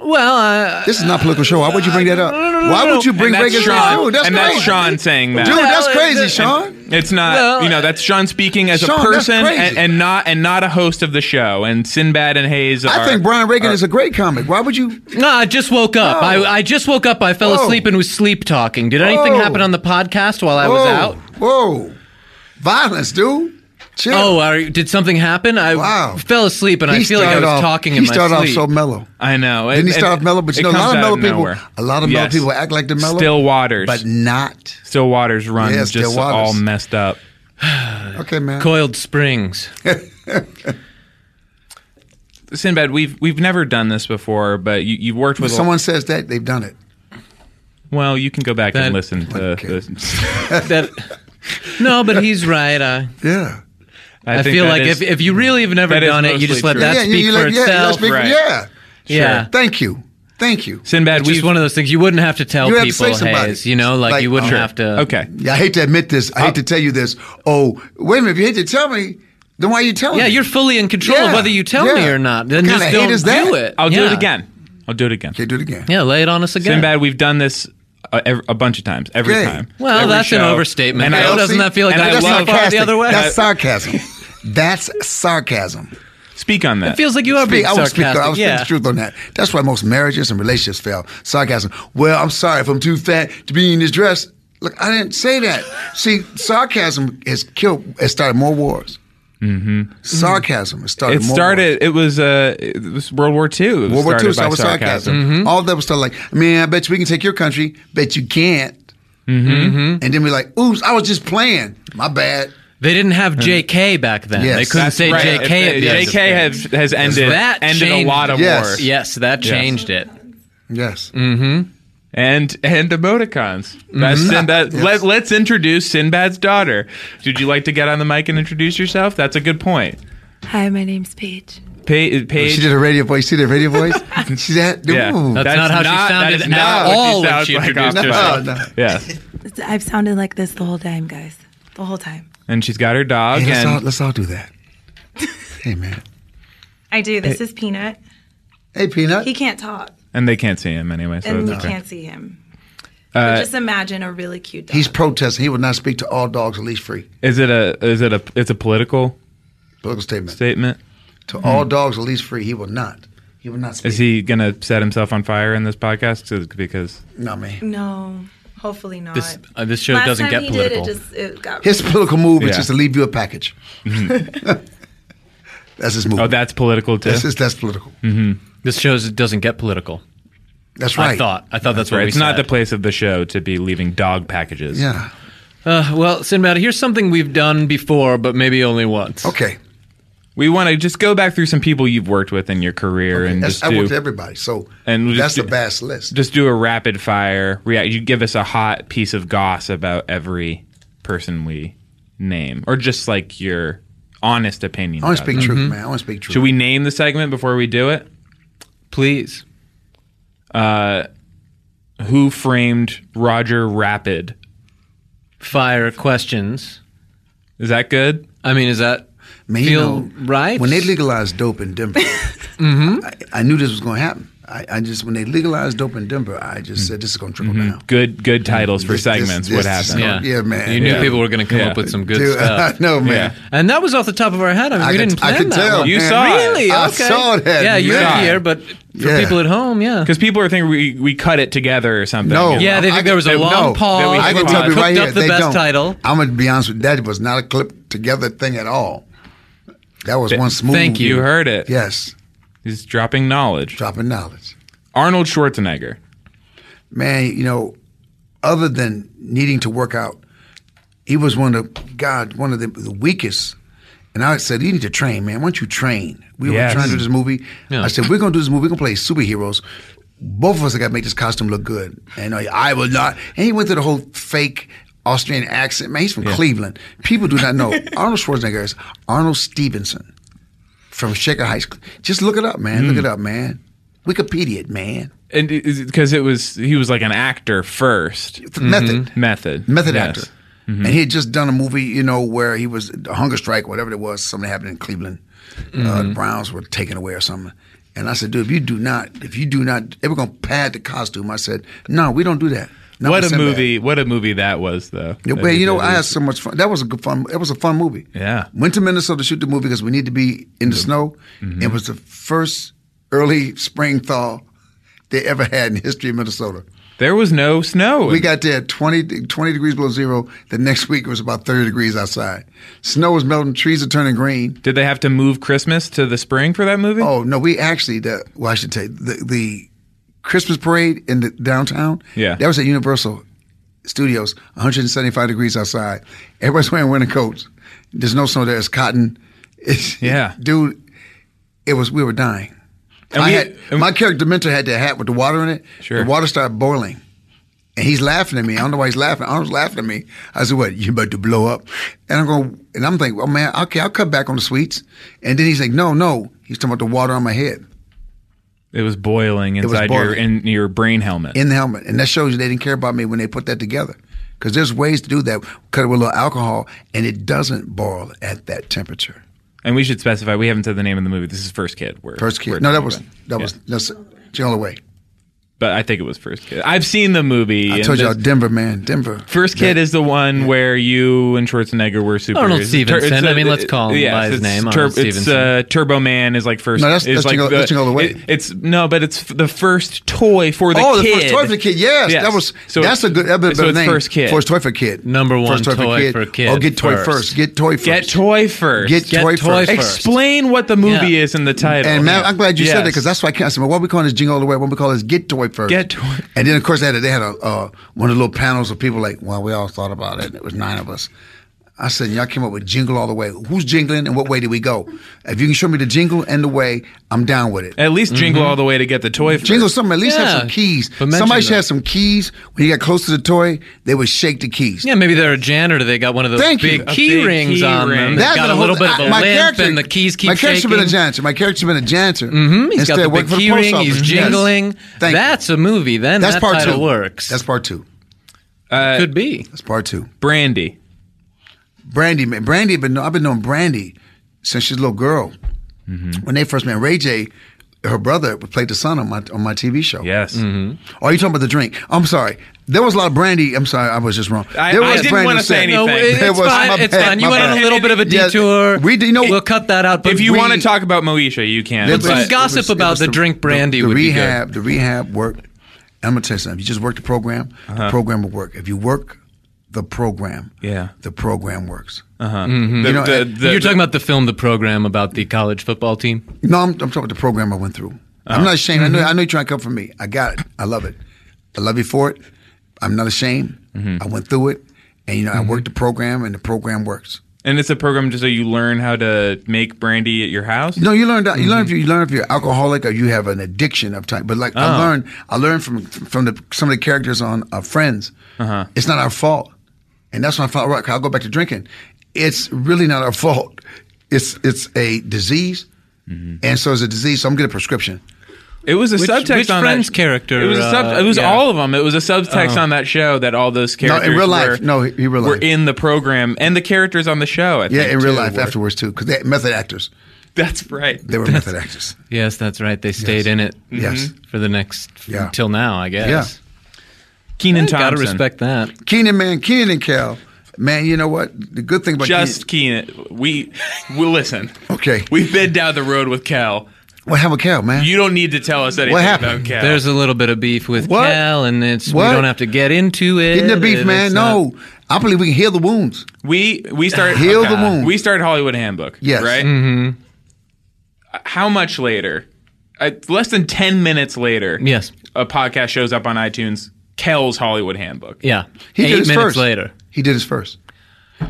S2: well, uh,
S5: This is not a political show. Why would you bring that up? Why would you bring
S3: and that's
S5: Reagan?
S3: Sean,
S5: Dude, that's
S3: and
S5: crazy.
S3: that's Sean saying that.
S5: Dude, that's crazy,
S3: And
S5: Sean.
S3: It's not,
S2: Well,
S3: you know, that's Sean speaking as
S5: Sean,
S3: a
S5: that's
S3: person
S5: crazy.
S3: and, and not and not a host of the show. And Sinbad and Hayes. Are,
S5: I think Brian Reagan is a great comic. Why would you?
S2: no, I just woke up.
S5: Whoa.
S2: I, I just woke up. I fell
S5: Whoa.
S2: asleep and was sleep talking. Did anything
S5: Whoa.
S2: happen on the podcast while I was
S5: whoa,
S2: out?
S5: Whoa, violence, dude. Chill.
S2: Oh, are, did something happen? I
S5: Wow.
S2: fell asleep and
S5: He
S2: I feel like I
S5: started
S2: was
S5: off-
S2: talking
S5: He
S2: in my
S5: started off
S2: sleep.
S5: so mellow.
S3: I know.
S5: Didn't he
S3: And-
S5: start
S3: and
S5: off mellow? But
S3: it
S5: you know, a
S3: comes
S5: lot of
S3: out
S5: mellow people,
S3: nowhere.
S5: a lot of mellow
S3: Yes.
S5: people act like they're mellow.
S3: Still Waters,
S5: but not.
S3: Still Waters run
S5: Yeah, Still
S3: just
S5: Waters.
S3: all messed up.
S2: uh,
S5: Okay, man.
S2: Coiled Springs.
S3: Sinbad, we've we've never done this before, but you, you've worked
S5: If
S3: with a-
S5: someone says that they've done it.
S3: Well, you can go back
S2: That-
S3: and listen to.
S5: Okay.
S3: The,
S2: That, no, but he's right. I,
S5: Yeah.
S3: I,
S2: I,
S3: think
S2: feel
S3: that
S2: like
S3: is-
S2: if, if you really have never
S3: that is
S2: done it, you just
S3: mostly
S2: let
S3: true.
S2: that
S5: yeah,
S2: speak
S5: you,
S2: for
S5: let- yeah,
S2: itself.
S5: let's speak-
S3: right.
S5: yeah.
S2: yeah.
S5: Thank you. Thank you.
S3: Sinbad,
S2: It's just
S3: we've
S2: one of those things you wouldn't have to tell
S5: You have to
S2: people,
S5: say somebody.
S2: Hayes. You know, like,
S5: Like,
S2: you wouldn't
S5: Sure.
S2: have to.
S3: okay.
S5: Yeah, I hate to admit this. I
S2: Uh,
S5: hate to tell you this. Oh, wait a minute. If you hate to tell me, then why are you telling
S2: Yeah,
S5: me?
S2: you're fully in control of
S5: Yeah,
S2: whether you tell me
S5: yeah.
S2: or not.
S5: What
S2: Then
S5: kinda
S2: just
S5: hate
S2: don't
S5: is that?
S2: do it.
S3: I'll do it
S2: Yeah.
S3: again. I'll do it again.
S5: Okay, do it again.
S2: Yeah, lay it on us again.
S3: Sinbad, we've done this a, ev- a bunch of times. Every
S5: Okay.
S3: time.
S2: Well,
S3: Every
S2: that's an
S3: show.
S2: overstatement.
S3: And
S2: Yeah,
S3: I
S2: Well,
S3: also-
S2: doesn't that feel like
S3: and
S2: I
S3: I
S5: that's
S2: love-
S3: love.
S2: far the other way?
S5: That's sarcasm. That's sarcasm.
S3: Speak on that.
S2: It feels like you are being
S5: Speak- I was
S2: sarcastic.
S5: speaking I was
S2: yeah.
S5: speaking the truth on that. That's why most marriages and relationships fail. Sarcasm. Well, I'm sorry if I'm too fat to be in this dress. Look, I didn't say that. See, sarcasm has killed. Has started more wars. Mm-hmm. Sarcasm has started.
S3: it
S5: more wars.
S3: started. It was uh, it was World War II. It was
S5: World War
S3: started
S5: II
S3: by
S5: started with sarcasm.
S2: Mm-hmm.
S5: Mm-hmm. All that was stuff like, man, I bet you we can take your country. Bet you can't. Mm-hmm. And then we're like, oops, I was just playing. My bad.
S2: They didn't have JK back then.
S5: Yes.
S2: They couldn't
S5: That's
S2: say
S3: Right.
S2: JK.
S3: If
S2: at the
S3: they-
S2: end of
S3: JK
S2: things.
S3: has, has ended
S2: That
S3: ended a
S2: changed-
S3: lot of
S5: Yes.
S3: wars.
S2: Yes, that changed it.
S5: Yes.
S3: and and emoticons. That's Sinbad.
S5: Mm-hmm. Ah, Yes.
S3: Let, let's introduce Sinbad's daughter. Would you like to get on the mic and introduce yourself? That's a good point.
S6: Hi, my name's Paige.
S3: Pa- uh, Paige.
S5: She did a radio voice. See the radio voice? She's that.
S3: yeah.
S5: Ooh.
S2: That's not how she sounded
S3: that is
S2: at
S3: not
S2: all
S3: what
S2: when
S3: she
S2: she
S3: sounds like
S2: introduced
S3: off the
S5: herself.
S3: bat.
S5: No, no.
S3: Yeah,
S6: It's- I've sounded like this the whole time, guys. The whole time.
S3: and she's got her dog.
S5: Hey, let's, all,
S3: and
S5: let's all do that. hey, man.
S6: I do. This is Peanut.
S5: Hey, Peanut.
S6: He can't talk,
S3: and they can't see him anyway. So
S6: and you
S3: it's okay.
S6: can't see him. But just imagine a really cute dog.
S5: He's protesting. He would not speak to all dogs at least free.
S3: Is it a is it a it's a political
S5: Political statement.
S3: statement?
S5: to all dogs at least free, he will not. He will not speak.
S3: Hmm. Is he gonna set himself on fire in this podcast? 'Cause- Because
S5: no, man.
S6: Mm. no, hopefully not.
S2: This uh, this show
S6: Last
S2: doesn't
S6: time
S2: get
S6: he
S2: political.
S6: Did, it just it got
S5: His political move
S3: Yeah. Mm-hmm.
S5: is just to leave you a package. that's his move.
S3: oh, Hmm. that's political too.
S5: that's, his- that's political.
S2: this show doesn't get political.
S5: That's right.
S2: I thought. I thought that's, what
S3: Right,
S2: we
S3: it's not the
S2: said.
S3: place of the show to be leaving dog packages.
S5: Yeah.
S2: uh, well, Sinbad, here's something we've done before, but maybe only once.
S5: Okay.
S3: We want to just go back through some people you've worked with in your career and
S5: That's,
S3: just
S5: I work with
S3: do,
S5: everybody, so
S3: And we'll
S5: that's
S3: just
S5: the
S3: do-
S5: best list.
S3: just do a rapid fire react. You give us a hot piece of goss about every person we name, or just like your honest opinion.
S5: I want to
S3: about
S5: speak
S3: them.
S5: truth, man. I want to speak truth.
S3: Should we name the segment before we do it?
S2: Please.
S3: Uh, Who framed Roger Rapid?
S2: Fire questions.
S3: Is that good?
S2: I mean, is that
S5: Man, you
S2: feel
S5: know,
S2: right? Mm-hmm.
S5: When they legalized dope in Denver, I, I knew this was going to happen. I, I just when they legalized dope in Denver, I just said this is going to trickle
S2: Mm-hmm.
S5: down.
S3: Good, good titles for
S5: Mm, This- this-
S3: segments.
S5: this
S3: What
S5: is
S3: happened?
S5: gonna- yeah, man.
S2: You knew
S5: Yeah.
S2: people were going to come
S3: Oh, Yeah.
S2: up with some good
S5: Dude,
S2: stuff.
S5: no man.
S2: And that was off the top of our head. I mean,
S5: I
S2: we
S5: could-
S2: didn't
S5: I
S2: plan
S5: could
S2: that.
S5: tell,
S2: one.
S3: You man. saw it.
S2: really?
S5: I
S2: okay.
S5: saw that,
S2: Yeah, you
S5: man.
S2: were here, but for
S5: Yeah.
S2: people at home, yeah.
S3: Because people are thinking we, we cut it together or something.
S5: No,
S2: Yeah, they
S5: I-
S2: think
S5: I
S2: there was a
S5: can-
S2: long
S5: no,
S2: pause.
S5: I can
S3: They
S5: tell you right
S2: cooked
S5: here,
S2: up the
S5: they
S2: best
S5: don't.
S2: title.
S5: I'm gonna be honest with you, that was not a clip together thing at all. That was one smooth.
S2: thank
S3: you heard it.
S5: Yes,
S3: He's dropping knowledge.
S5: dropping knowledge,
S3: Arnold Schwarzenegger.
S5: man. You know, other than needing to work out, he was one of the, God, one of the, the weakest. And I said, "You need to train, man. Why don't you train?" We
S3: Yes.
S5: were trying to do this movie. I said, "We're going to do this movie. We're going to play superheroes. Both of us have got to make this costume look good." And I, I will not. And he went through the whole fake Austrian accent. Man, he's from Cleveland. People do not know Arnold Schwarzenegger is Arnold Stevenson from Shaker High School. Just look it up, man. Look it up, man. Wikipedia it, man.
S3: and because it was he was like an actor first
S5: It's a Method.
S3: method
S5: method
S3: Yes. Mm-hmm.
S5: actor. And he had just done a movie, you know, where he was a hunger strike, whatever it was, something happened in Cleveland. Uh,
S3: Mm-hmm.
S5: the Browns were taken away or something. And I said, dude, if you do not, if you do not, they were going to pad the costume. I said, no, we don't do that. Not
S3: What
S5: with
S3: a
S5: Sinbad.
S3: movie! What a movie that was, though.
S5: Yeah, well, you know, I had so much fun. That was a good fun. That was a fun movie.
S3: Yeah. Mm-hmm.
S5: Went to Minnesota to shoot the movie because we need to be in the snow. It was the first early spring thaw they ever had in the history of Minnesota.
S3: there was no snow.
S5: We got there at 20, 20 degrees below zero. The next week it was about 30 degrees outside. Snow was melting, trees are turning green.
S3: Did they have to move Christmas to the spring for that movie?
S5: Oh, no, we actually, the, well, I should tell you, the, the Christmas parade in the downtown,
S3: Yeah.
S5: that was at Universal Studios, 175 degrees outside. Everybody's wearing winter coats. There's no snow there. It's cotton. It's,
S3: Yeah.
S5: Dude, it was, we were dying.
S3: And
S5: I
S3: we-
S5: had,
S3: and-
S5: my character mentor had that hat with the water in it.
S3: Sure.
S5: The water started boiling. And he's laughing at me. I don't know why he's laughing. Arnold's laughing at me. I said, "What? You about to blow up?" And I'm going, and I'm thinking, "Well, man, okay, I'll cut back on the sweets." And then he's like, "No, no." He's talking about the water on my head
S3: It was boiling
S5: was
S3: inside your
S5: boiling.
S3: in your brain helmet.
S5: in the helmet, and that shows you they didn't care about me when they put that together. Because there's ways to do that. Cut it with a little alcohol, and it doesn't boil at that temperature.
S3: and we should specify we haven't said the name of the movie. This is First Kid. We're,
S5: First
S3: we're
S5: kid. No, that
S3: talking
S5: was
S3: about.
S5: that was that's the only way.
S3: But I think it was First Kid. I've seen the movie.
S5: I
S3: and
S5: told y'all,
S3: this-
S5: Denver, man, Denver.
S3: First Kid is the one where you and Schwarzenegger were super.
S2: Arnold
S3: it's a
S2: Stevenson.
S3: it's a-
S2: I mean, let's call him
S3: yes,
S2: by his
S3: it's
S2: name,
S3: tur-
S2: Arnold
S3: it's
S2: Stevenson.
S3: uh, Turbo Man is like first.
S5: No, that's-
S3: is
S5: that's
S3: like
S5: Jingle- that's Jingle All the Way.
S3: it- it's no, but it's f- the first toy for the
S5: oh,
S3: kid.
S5: the first toy for the kid. Yes,
S3: Yes.
S5: that was.
S3: So
S5: that's a
S3: it's-
S5: good. That's a better
S3: so it's
S5: name.
S3: first kid.
S5: First toy for kid.
S2: Number one
S5: first
S2: toy for kid
S5: Oh, get toy
S2: first.
S5: first. Get toy first.
S3: Get toy first.
S5: Get,
S2: Get
S5: toy,
S2: toy
S5: first.
S2: first.
S3: Explain what the movie
S2: Yeah.
S3: is in the title.
S5: And Matt, I'm glad you said that
S3: Yes.
S5: because that's why I can't. I said, well, what we call this jingle all the way? What we call this get toy first?
S3: Get toy.
S5: And then of course they had, a, they had a uh, one of the little panels of people like, well, we all thought about it. and It was nine of us. I said, y'all came up with jingle all the way. Who's jingling and what way did we go? If you can show me the jingle and the way, I'm down with it.
S3: At least jingle
S2: Mm-hmm.
S3: all the way to get the toy. First.
S5: Jingle something. At least
S2: Yeah.
S5: have some keys.
S2: But mention
S5: Somebody should
S2: that.
S5: have some keys. When you got close to the toy, they would shake the keys.
S2: Yeah, maybe they're a janitor. They got one of those
S5: Thank you.
S2: big
S5: A
S2: key
S3: big
S2: rings
S3: key
S2: on
S3: ring.
S2: them. They
S5: That's
S2: got
S5: the
S2: a
S5: whole-
S2: little bit of
S5: I-
S2: a limp, and the keys keep
S5: My character's
S2: shaking.
S5: been a janitor. My character's been a janitor.
S2: Hmm, He's got
S5: Instead
S2: the
S5: of working
S2: big
S5: for the
S2: key
S5: post
S2: ring. He's
S5: office. Yes.
S2: jingling.
S5: Thank you.
S2: That's a movie. Then
S5: That's
S2: that
S5: part
S2: title
S5: two.
S2: works.
S5: That's part two.
S2: could be.
S5: That's part two.
S3: Brandy.
S5: Brandy, man. Brandy, been, I've been knowing Brandy since she's a little girl.
S3: Mm-hmm.
S5: When they first met, Ray J, her brother, played the son on my on my TV show.
S3: Yes.
S2: Mm-hmm.
S5: Oh, you talking about the drink? I'm sorry. There was a lot of Brandy. I'm sorry, I was just wrong.
S3: I-
S5: there
S3: I
S5: was
S3: didn't
S5: Brandy
S3: wanna
S5: who
S3: say
S5: said-
S3: anything.
S2: No, it-
S5: It
S2: it's
S5: was-
S2: fine.
S5: my
S2: It's
S5: bad,
S2: fine. You
S5: my
S2: went on a
S5: bad.
S2: little bit of a
S5: Yes,
S2: detour.
S5: we did- you know-
S2: we'll cut that out. But
S3: If you
S2: we-
S3: want to talk about Moesha, you can.
S5: It
S2: But some
S5: was-
S2: gossip
S5: it was-
S2: about
S5: it was
S2: the drink brandy
S5: The,
S2: would be good.
S5: rehab, the rehab worked. And I'm gonna tell you something. If you just work the program, the program will work. If you work the program,
S3: Yeah.
S5: the program works.
S3: The-
S5: You know,
S3: the-
S5: uh,
S3: the-
S2: You're talking about the film, the program about the college football team.
S5: No, I'm, I'm talking about the program I went through. I'm not ashamed. I know I know you're trying to come for me. I got it. I love it. I love you for it. I'm not ashamed. I went through it, and you know I worked the program, and the program works.
S3: and it's a program just so you learn how to make brandy at your house.
S5: No, you learn. that- You
S3: Mm-hmm.
S5: learn if you, you learn if you're alcoholic or you have an addiction of type. But like
S3: Oh.
S5: I learned, I learned from from the, some of the characters on uh, Friends.
S3: Uh-huh.
S5: It's not our fault, and that's when I found right. 'cause I'll go back to drinking. It's really not our fault. It's it's a disease,
S3: Mm-hmm.
S5: and so it's a disease. So I'm gonna get a prescription.
S3: It was a
S2: Which-
S3: subtext
S2: which
S3: on
S2: Friends
S3: that
S2: character,
S3: It was a sub-
S2: uh,
S3: it was
S2: yeah.
S3: all of them. It was a subtext on that show that all those
S5: in
S3: characters
S5: real life.
S3: were,
S5: Oh. No, he- he real
S3: were
S5: life.
S3: in the program and the characters on the show. I
S5: Yeah,
S3: think,
S5: in real
S3: too,
S5: life
S3: were-
S5: afterwards too, because they method actors.
S3: That's right.
S5: They were method actors.
S2: Yes, Mm-hmm. that's right. They stayed in it.
S5: Yes.
S2: For the next
S5: Yeah.
S2: till now, I guess.
S5: Yeah.
S3: Keenan Thompson.
S2: Gotta respect that.
S5: Keenan, man, Keenan and Kel, man. You know what? The good thing about
S3: Just Keenan. We we listen.
S5: Keenan, okay,
S3: We've been down the road with Cal.
S5: what happened, Kel, man?
S3: You don't need to tell us anything
S5: What happened?
S3: about Cal.
S2: There's a little bit of beef with
S5: What?
S2: Cal, and it's
S5: What?
S2: we don't have to get into it.
S5: Getting the beef,
S2: and
S5: man.
S2: it's
S5: No,
S2: not-
S5: I believe we can heal the wounds.
S3: we we started
S5: Heal the wound.
S3: We started Hollywood Handbook.
S5: Yes.
S3: Right.
S2: Mm-hmm.
S3: How much later? Uh, less than ten minutes later.
S2: Yes.
S3: a podcast shows up on iTunes Kell's Hollywood Handbook.
S2: Yeah.
S5: He
S2: Eight
S5: did his
S2: minutes
S5: first.
S2: later.
S5: He did his first.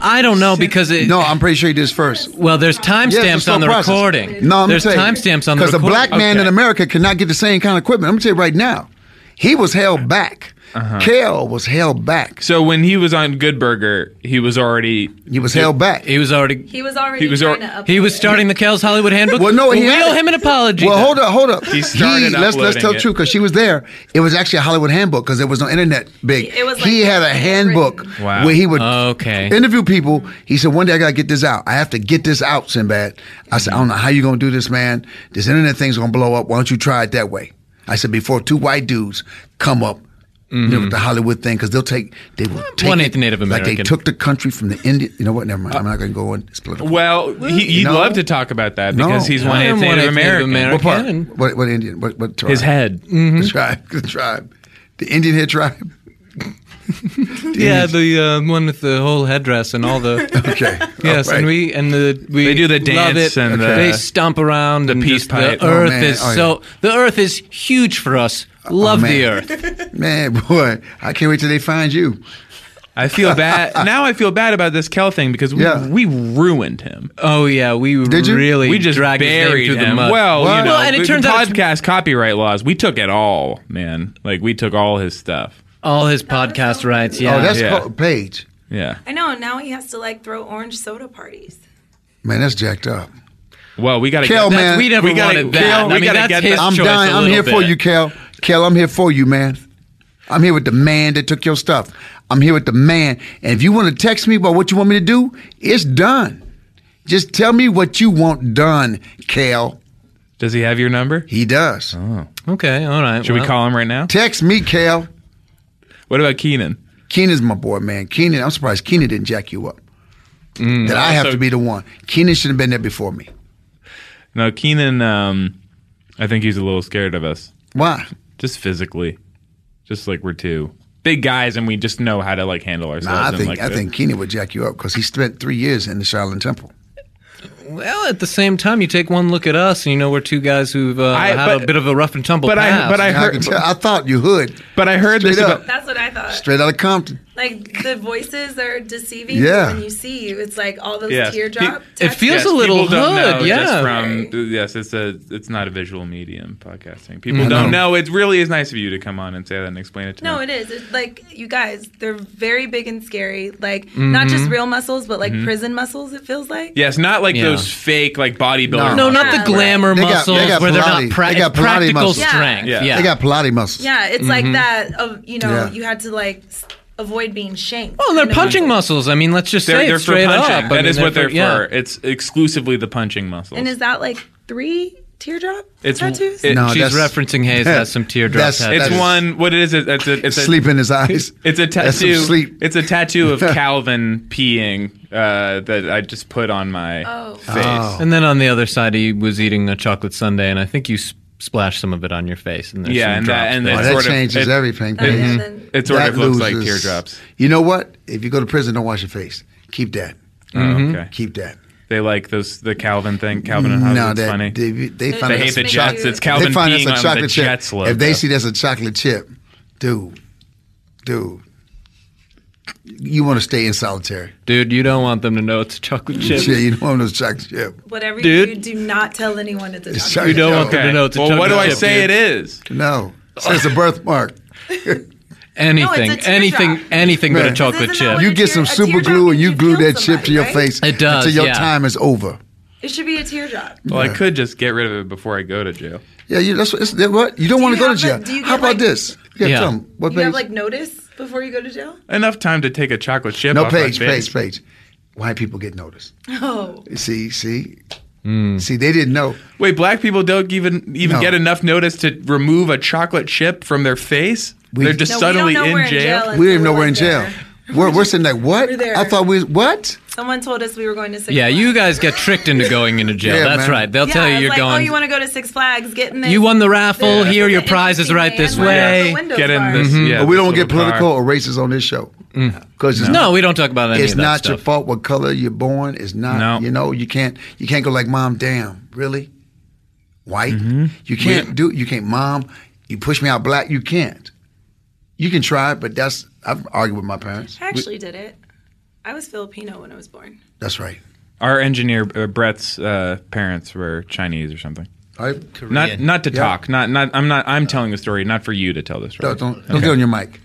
S2: I don't know because it.
S5: No, I'm pretty sure he did his first.
S2: Well, there's timestamps
S5: Yeah, it's a slow
S2: on the
S5: process.
S2: recording.
S5: No, I'm
S2: there's
S5: saying
S2: timestamps on the recording.
S5: because the black man
S3: Okay.
S5: in America cannot get the same kind of equipment. I'm gonna tell you right now, he was held back.
S2: Uh-huh.
S5: Kale was held back.
S3: So when he was on Good Burger, he was already
S5: He was held back.
S2: He was already.
S7: He was already
S3: He was
S7: trying
S3: al-
S7: to upload
S2: He was
S7: it.
S2: starting the Kells Hollywood Handbook.
S5: Well, no, he
S2: we
S5: had
S2: owe
S5: it.
S2: him an apology.
S5: well,
S2: though.
S5: hold up, hold up. He
S3: started
S5: let's let's tell
S3: uploading it.
S5: true because she was there. It was actually a Hollywood handbook because there was no internet big.
S7: It was like
S5: he had a handbook
S7: handwritten.
S3: Wow.
S5: where he would
S2: Okay.
S5: interview people. He said, "One day I gotta get this out. I have to get this out, Sinbad." I said, "I don't know how you gonna do this, man. This internet thing's gonna blow up. Why don't you try it that way?" I said, "Before two white dudes come up." With the Hollywood thing, because they'll take they will take
S2: One-eighth
S5: it
S2: Native
S5: like they
S2: American.
S5: took the country from the Indian. You know what? Never mind. I'm not going to go on. It's political.
S3: well. He, he'd
S5: No.
S3: love to talk about that
S5: No.
S3: because he's
S5: I
S3: one
S2: am
S3: eighth
S2: one-eighth
S3: Native
S2: Native
S3: American.
S2: American. Mm.
S5: what part?
S2: Again.
S5: What, what Indian? What, what tribe?
S3: His head.
S2: Hmm?
S5: The tribe. The tribe. The Indian head tribe.
S2: Yeah, the uh, one with the whole headdress and all the.
S5: Okay.
S2: Yes,
S5: All right.
S2: and we and the we
S3: They do the
S2: love it.
S3: dance and the-
S2: they stomp around the and
S3: peace
S2: just
S3: pipe.
S2: The
S3: Oh,
S2: earth
S5: man.
S2: is
S5: Oh, yeah. Oh,
S2: so the earth is huge for us. Love the
S5: man.
S2: earth.
S5: Man, boy, I can't wait till they find you.
S3: I feel bad now. I feel bad about this Kell thing because we,
S5: Yeah.
S3: we ruined him.
S2: Oh yeah, we
S5: Did you?
S2: really
S3: we just
S2: dragged his name
S3: buried
S2: through
S3: him.
S2: the mud.
S3: Well, you know,
S2: Well, and it
S3: the-
S2: turns
S3: the
S2: out it's-
S3: podcast copyright laws. We took it all, man. Like we took all his stuff.
S2: all his podcast rights. Yeah,
S5: Oh, that's
S3: Yeah.
S5: called Paige.
S3: Yeah.
S7: I know. Now he has to like throw orange soda parties.
S5: Man, that's jacked up.
S3: Well, we got to
S5: Kell,
S3: get
S5: man.
S3: that.
S2: we never
S3: We gotta-
S2: wanted that.
S3: Kel,
S2: I
S3: we
S2: mean,
S3: gotta
S2: that's
S3: get
S2: his
S3: that-
S5: I'm
S2: choice
S5: dying.
S2: a
S5: I'm
S2: little
S5: here for
S2: bit.
S5: you, Kel. Kel, I'm here for you, man. I'm here with the man that took your stuff. I'm here with the man. And if you want to text me about what you want me to do, it's done. Just tell me what you want done, Kel.
S3: Does he have your number?
S5: He does.
S2: Oh. Okay, all right.
S3: Should we
S2: well.
S3: call him right now?
S5: Text me, Kel.
S3: What about Keenan?
S5: Keenan's my boy, man. Keenan, I'm surprised Keenan didn't jack you up. that I have
S3: Mm, So-
S5: to be the one. Keenan should have been there before me.
S3: No, Keenan. Um, I think he's a little scared of us,
S5: Why?
S3: just physically, just like we're two big guys, and we just know how to like handle ourselves.
S5: Nah, I
S3: and,
S5: think
S3: like,
S5: I
S3: the-
S5: think Keenan would jack you up because he spent three years in the Shaolin Temple.
S2: Well, at the same time, you take one look at us, and you know we're two guys who've uh,
S3: I-
S2: had
S3: but-
S2: a bit of a rough and tumble
S3: but I-
S2: past.
S3: but I-
S5: I,
S3: heard-
S5: could tell- I thought you would.
S3: But I heard
S5: Straight
S3: this
S5: up.
S3: about.
S7: That's what I thought.
S5: Straight out of Compton.
S7: Like the voices are deceiving.
S5: Yeah.
S7: Yeah. When you see you, it's like all those
S3: Yeah.
S7: teardrop.
S2: It
S7: textures.
S2: feels a little
S3: people don't
S2: hood,
S3: know
S2: yeah.
S3: Just from yes, it's a it's not a visual medium podcasting. People don't know. It really is nice of you to come on and say that and explain it to
S7: No,
S3: me.
S7: it is. It's like you guys, they're very big and scary. Like not just real muscles, but like prison muscles. It feels like.
S3: yes, not like
S2: Mm-hmm. Yeah.
S3: those fake like bodybuilder.
S2: no,
S3: muscles.
S2: not the
S7: Yeah.
S2: glamour
S5: They got- they
S2: muscles
S5: got
S2: where they're
S5: Pilates.
S2: not pra-
S5: They got
S2: it's practical
S5: Pilates muscles. Yeah.
S2: strength.
S3: Yeah.
S2: Yeah.
S3: They
S5: They got Pilates muscles.
S7: Yeah, it's like that. Of you know,
S5: Yeah.
S7: you had to like s- avoid being shanked.
S2: well, and Oh, they're punching muscles. I mean, let's just
S3: They're,
S2: say
S3: they're
S2: it
S3: for
S2: straight
S3: punching.
S2: up. I
S3: That is
S2: mean,
S3: what they're for.
S2: yeah.
S3: It's exclusively the punching muscles.
S7: And is that like three teardrop
S3: It's-
S7: tattoos?
S3: it-
S5: No,
S2: She's
S5: that's-
S2: referencing Hayes
S5: that-
S2: has some teardrops.
S5: that's-
S2: had.
S3: it's
S5: that is-
S3: one. What is it? It's a, it's a
S5: Sleep in his eyes.
S3: It's a
S5: That's some
S3: tattoo.
S5: sleep.
S3: It's a tattoo of Calvin peeing uh, that I just put on my
S7: Oh.
S3: face.
S2: and then on the other side, he was eating a chocolate sundae, and I think you s- splashed some of it on your face. And there's
S3: Yeah,
S2: some
S3: and that-
S2: drops
S3: and
S2: there.
S3: It's
S5: Oh, that
S3: sort of-
S5: changes
S3: it-
S5: everything.
S7: Oh, yeah,
S5: Paige.
S7: then-
S3: It sort
S5: That
S3: of looks like
S5: loses-
S3: teardrops.
S5: You know what? If you go to prison, don't wash your face. Keep that.
S3: Oh, okay.
S5: Keep that.
S3: They like those the Calvin thing. Calvin and Hobbes.
S5: No,
S3: it's
S5: that
S3: funny.
S5: they they find
S3: they
S7: It
S3: hate
S7: just
S3: the
S7: makes
S3: Jets.
S7: you-
S3: It's Calvin
S5: they find
S3: peeing
S5: that's a
S3: on the
S5: chocolate chip.
S3: Jets logo.
S5: If they see that's a chocolate chip, dude, dude, you want to stay in solitary.
S2: Dude, you don't want them to know it's a chocolate chip.
S5: Yeah, you don't want no chocolate chip.
S7: Whatever
S2: Dude.
S7: you do, do not tell anyone it's a
S5: It's chocolate
S7: chocolate.
S2: don't want
S5: chip.
S2: them to know it's a
S3: well, what do
S2: chocolate
S3: I
S2: chip,
S3: say
S2: dude.
S3: it is?
S5: No, it's a birthmark.
S2: Anything,
S7: teardrop.
S2: anything, anything but a
S5: Man.
S2: chocolate
S7: Isn't that
S2: chip.
S7: what
S5: You
S7: A
S5: get some
S7: tear- a
S5: super
S7: teardrop
S5: glue and
S7: means
S5: you
S7: you
S5: glue
S7: killed
S5: that chip to
S7: somebody,
S5: your
S7: right?
S5: face
S2: It does,
S5: until your
S2: yeah.
S5: time is over.
S7: It should be a teardrop.
S3: Well, I could just get rid of it before I go to jail.
S5: Yeah, you, that's what, it's, that what you don't
S7: Do
S5: want to
S7: you
S5: go to
S7: have
S5: jail.
S7: a- do you
S5: How
S7: get,
S5: about
S7: like-
S5: this? Yeah,
S2: Yeah.
S5: tell 'em. What
S7: You have
S5: page?
S7: like notice before you go to jail.
S3: Enough time to take a chocolate chip.
S5: no
S3: off my
S5: page,
S3: face.
S5: page, page. Why people get noticed?
S7: Oh,
S5: See, see,
S2: Hmm.
S5: see. They didn't know.
S3: Wait, black people don't even even
S5: No.
S3: get enough notice to remove a chocolate chip from their face. They're just
S7: no,
S3: suddenly
S7: we don't know
S3: in,
S7: we're in
S3: jail.
S7: jail.
S5: We
S7: until
S5: didn't even know we're in
S7: like
S5: jail.
S7: there.
S5: We're, we're sitting like what?
S7: We're there.
S5: I thought we what?
S7: Someone told us we were going to Six
S2: Yeah,
S7: Flags.
S2: you guys get tricked into going into jail.
S5: Yeah,
S2: That's
S5: man.
S2: right. They'll
S7: Yeah,
S2: tell you
S7: it's
S2: you're
S7: like,
S2: going.
S7: Oh, you want to go to Six Flags? Get in this.
S2: You won the raffle. Here, your
S7: the
S2: prize is
S7: interesting
S2: right
S7: thing.
S2: this
S7: Why are
S2: way.
S7: the windows
S3: Get in
S7: barred?
S3: this. Yeah,
S5: Mm-hmm. But we
S3: this
S5: don't get
S3: little car.
S5: political or racist on this show because
S2: Mm. no, we don't talk about any
S5: it's
S2: of that
S5: not your
S2: stuff.
S5: fault what color you're born. It's not.
S3: No.
S5: You know, you can't. You can't go like mom. Damn, really?
S2: Mm-hmm.
S5: White? You can't do. You can't. Mom, you push me out black. You can't. you can try it, but that's I've argued with my parents.
S7: I actually did it. I was Filipino when I was born.
S5: That's right.
S3: Our engineer uh, Brett's uh, parents were Chinese or something.
S5: I
S3: Not not to
S5: Yeah.
S3: talk. Not not. I'm not. I'm telling the story, not for you to tell the story.
S5: don't don't, don't get on your mic.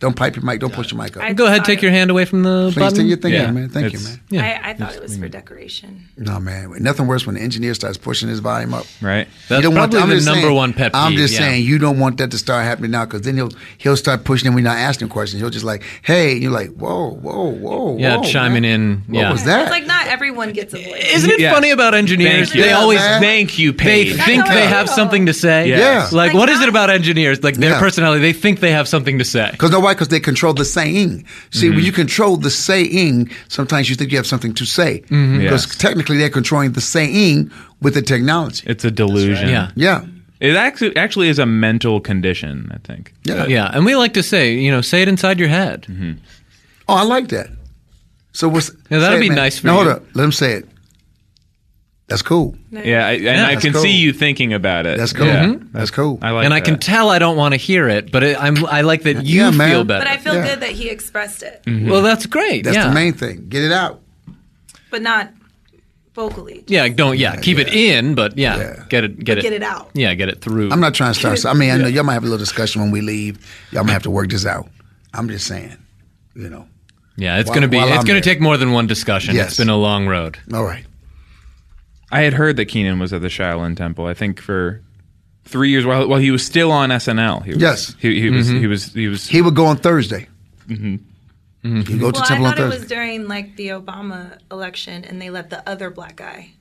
S5: Don't pipe your mic. Don't push your mic up.
S7: I
S2: Go ahead,
S7: thought
S2: take
S7: it-
S2: your hand away from the
S5: Please
S2: button.
S5: do your thing,
S3: Yeah.
S5: man. Thank you,
S3: It's-
S5: man.
S2: Yeah.
S7: I, I thought it was for decoration.
S5: No, man. Nothing worse when the engineer starts pushing his volume up.
S3: Right.
S2: That's
S5: You don't want
S2: probably
S5: that- I'm
S2: the
S5: just
S2: number
S5: saying-
S2: one pet peeve.
S5: I'm just
S2: yeah.
S5: saying you don't want that to start happening now because then he'll he'll start pushing and we're not asking him questions. He'll just like, hey, and you're like, whoa, whoa, whoa,
S2: Yeah,
S5: whoa,
S2: chiming in.
S5: man. What
S2: yeah.
S5: was that?
S7: It's like not everyone gets a voice.
S2: Isn't it
S3: Yeah.
S2: funny about engineers?
S3: Thank you.
S2: They
S3: Yeah,
S2: always
S5: man.
S2: think you They
S3: Paige.
S2: think
S7: That's
S2: they
S7: how I
S2: have
S7: feel.
S2: something to say.
S3: Yeah.
S5: Yeah.
S2: Like,
S7: Like
S2: what is it
S7: that-
S2: about engineers? Like their
S5: Yeah.
S2: personality, they think they have something to say.
S5: Because no, why? Because they control the saying. See,
S2: Mm-hmm.
S5: when you control the saying, sometimes you think you have something to say. Mm-hmm. Because
S2: Mm-hmm.
S3: Yes.
S5: technically, they're controlling the saying with the technology.
S3: It's a delusion.
S2: Yeah.
S5: yeah,
S3: It actually actually is a mental condition. I think.
S5: yeah,
S2: Yeah, and we like to say, you know, say it inside your head.
S3: Mhm.
S5: Oh, I like that. So what's?
S2: Yeah, that'd
S5: say
S2: be
S5: it, man.
S2: nice for
S5: no, hold
S2: you.
S5: up. Let him say it. That's cool.
S3: Yeah. I, and I
S5: that's
S3: can
S5: cool.
S3: see you thinking about it.
S5: That's cool. Mm-hmm.
S3: Yeah.
S5: That's cool.
S3: I like.
S2: and I can
S3: that.
S2: tell I don't want to hear it, but it, I'm I like that you
S5: Yeah,
S2: feel
S5: man.
S2: better.
S7: But I feel
S5: Yeah.
S7: good that he expressed it,
S3: Mhm.
S2: well, that's great.
S5: That's
S2: yeah.
S5: the main thing. Get it out.
S7: but not vocally.
S2: Yeah, don't yeah, keep it in, but yeah,
S5: Yeah.
S2: get it get it
S7: Get it out.
S2: Yeah, get it through.
S5: I'm not trying to start. I mean, I know y'all might have a little discussion when we leave. Y'all might have to work this out. I'm just saying, you know.
S2: yeah, it's
S5: While-
S2: going to be
S5: while
S2: it's
S5: I'm
S2: going to
S5: here.
S2: take more than one discussion.
S5: Yes.
S2: It's been a long road.
S5: All right.
S3: I had heard that Keenan was at the Shaolin Temple. I think for three years while while he was still on SNL. He was,
S5: Yes. Mm-hmm.
S3: He, he was. He was. He was.
S5: He would go on Thursday.
S3: Mm-hmm.
S5: You go to
S7: Well, I
S5: temple on
S7: thought it
S5: Thursday.
S7: was during like the Obama election, and they let the other black guy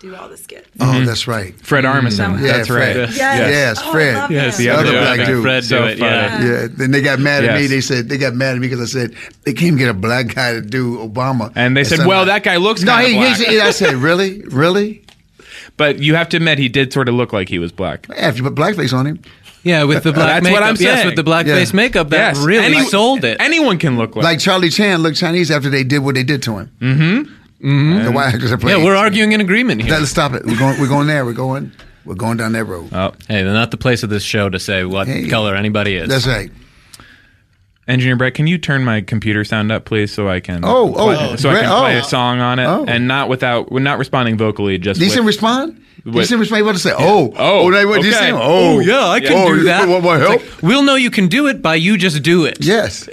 S7: do all the skits.
S5: oh, that's right.
S3: Fred Armisen.
S5: Yeah,
S3: That's
S5: Fred.
S3: right.
S5: Yes,
S7: Yes. Oh, I
S5: Fred.
S7: love Yes, him.
S5: the
S3: yeah,
S5: other
S3: yeah,
S5: black
S3: yeah.
S5: dude.
S2: Fred
S3: So
S2: do it.
S3: funny.
S2: Yeah.
S5: Yeah, then they got mad at me.
S3: Yes.
S5: They said they got mad at me because I said they can't get a black guy to do Obama.
S3: And they said,
S5: something
S3: "Well,
S5: like-
S3: that guy looks
S5: no."
S3: kinda
S5: he- he
S3: black.
S5: said- I said, "Really, really?"
S3: But you have to admit, he did sort of look like he was black.
S5: Yeah, if you put blackface on him,
S2: Yeah, with the black
S3: that's
S2: makeup.
S3: what I'm
S2: Yes,
S3: saying.
S2: with the blackface
S5: Yeah.
S2: makeup that really
S3: Any-
S2: sold it.
S3: Anyone can look like.
S5: like Charlie Chan looked Chinese after they did what they did to him. Mm-hmm. Mm-hmm. The white actors are
S2: yeah,
S5: playing.
S2: we're arguing in agreement here.
S5: Let's stop it. We're going. We're going there. We're going. We're going down that road.
S3: oh,
S2: hey, they're not the place of this show to say what
S5: Hey.
S2: color anybody is.
S5: That's right.
S3: engineer Brett, can you turn my computer sound up, please, so I can.
S5: Oh,
S3: play,
S5: oh,
S3: so I
S5: Brett,
S3: can play
S5: oh.
S3: a song on it,
S5: Oh.
S3: and not without, we're not responding vocally, just.
S5: They didn't
S3: with-
S5: respond. They
S3: What?
S5: didn't respond. He about to say, "Oh,
S3: Oh,
S5: they, what, they
S3: okay.
S5: saying,
S2: Oh, yeah, I can
S5: oh,
S2: do
S5: you
S2: that.
S5: Want my
S2: It's
S5: help?
S2: like, we'll know you can do it by you just do it.
S5: yes,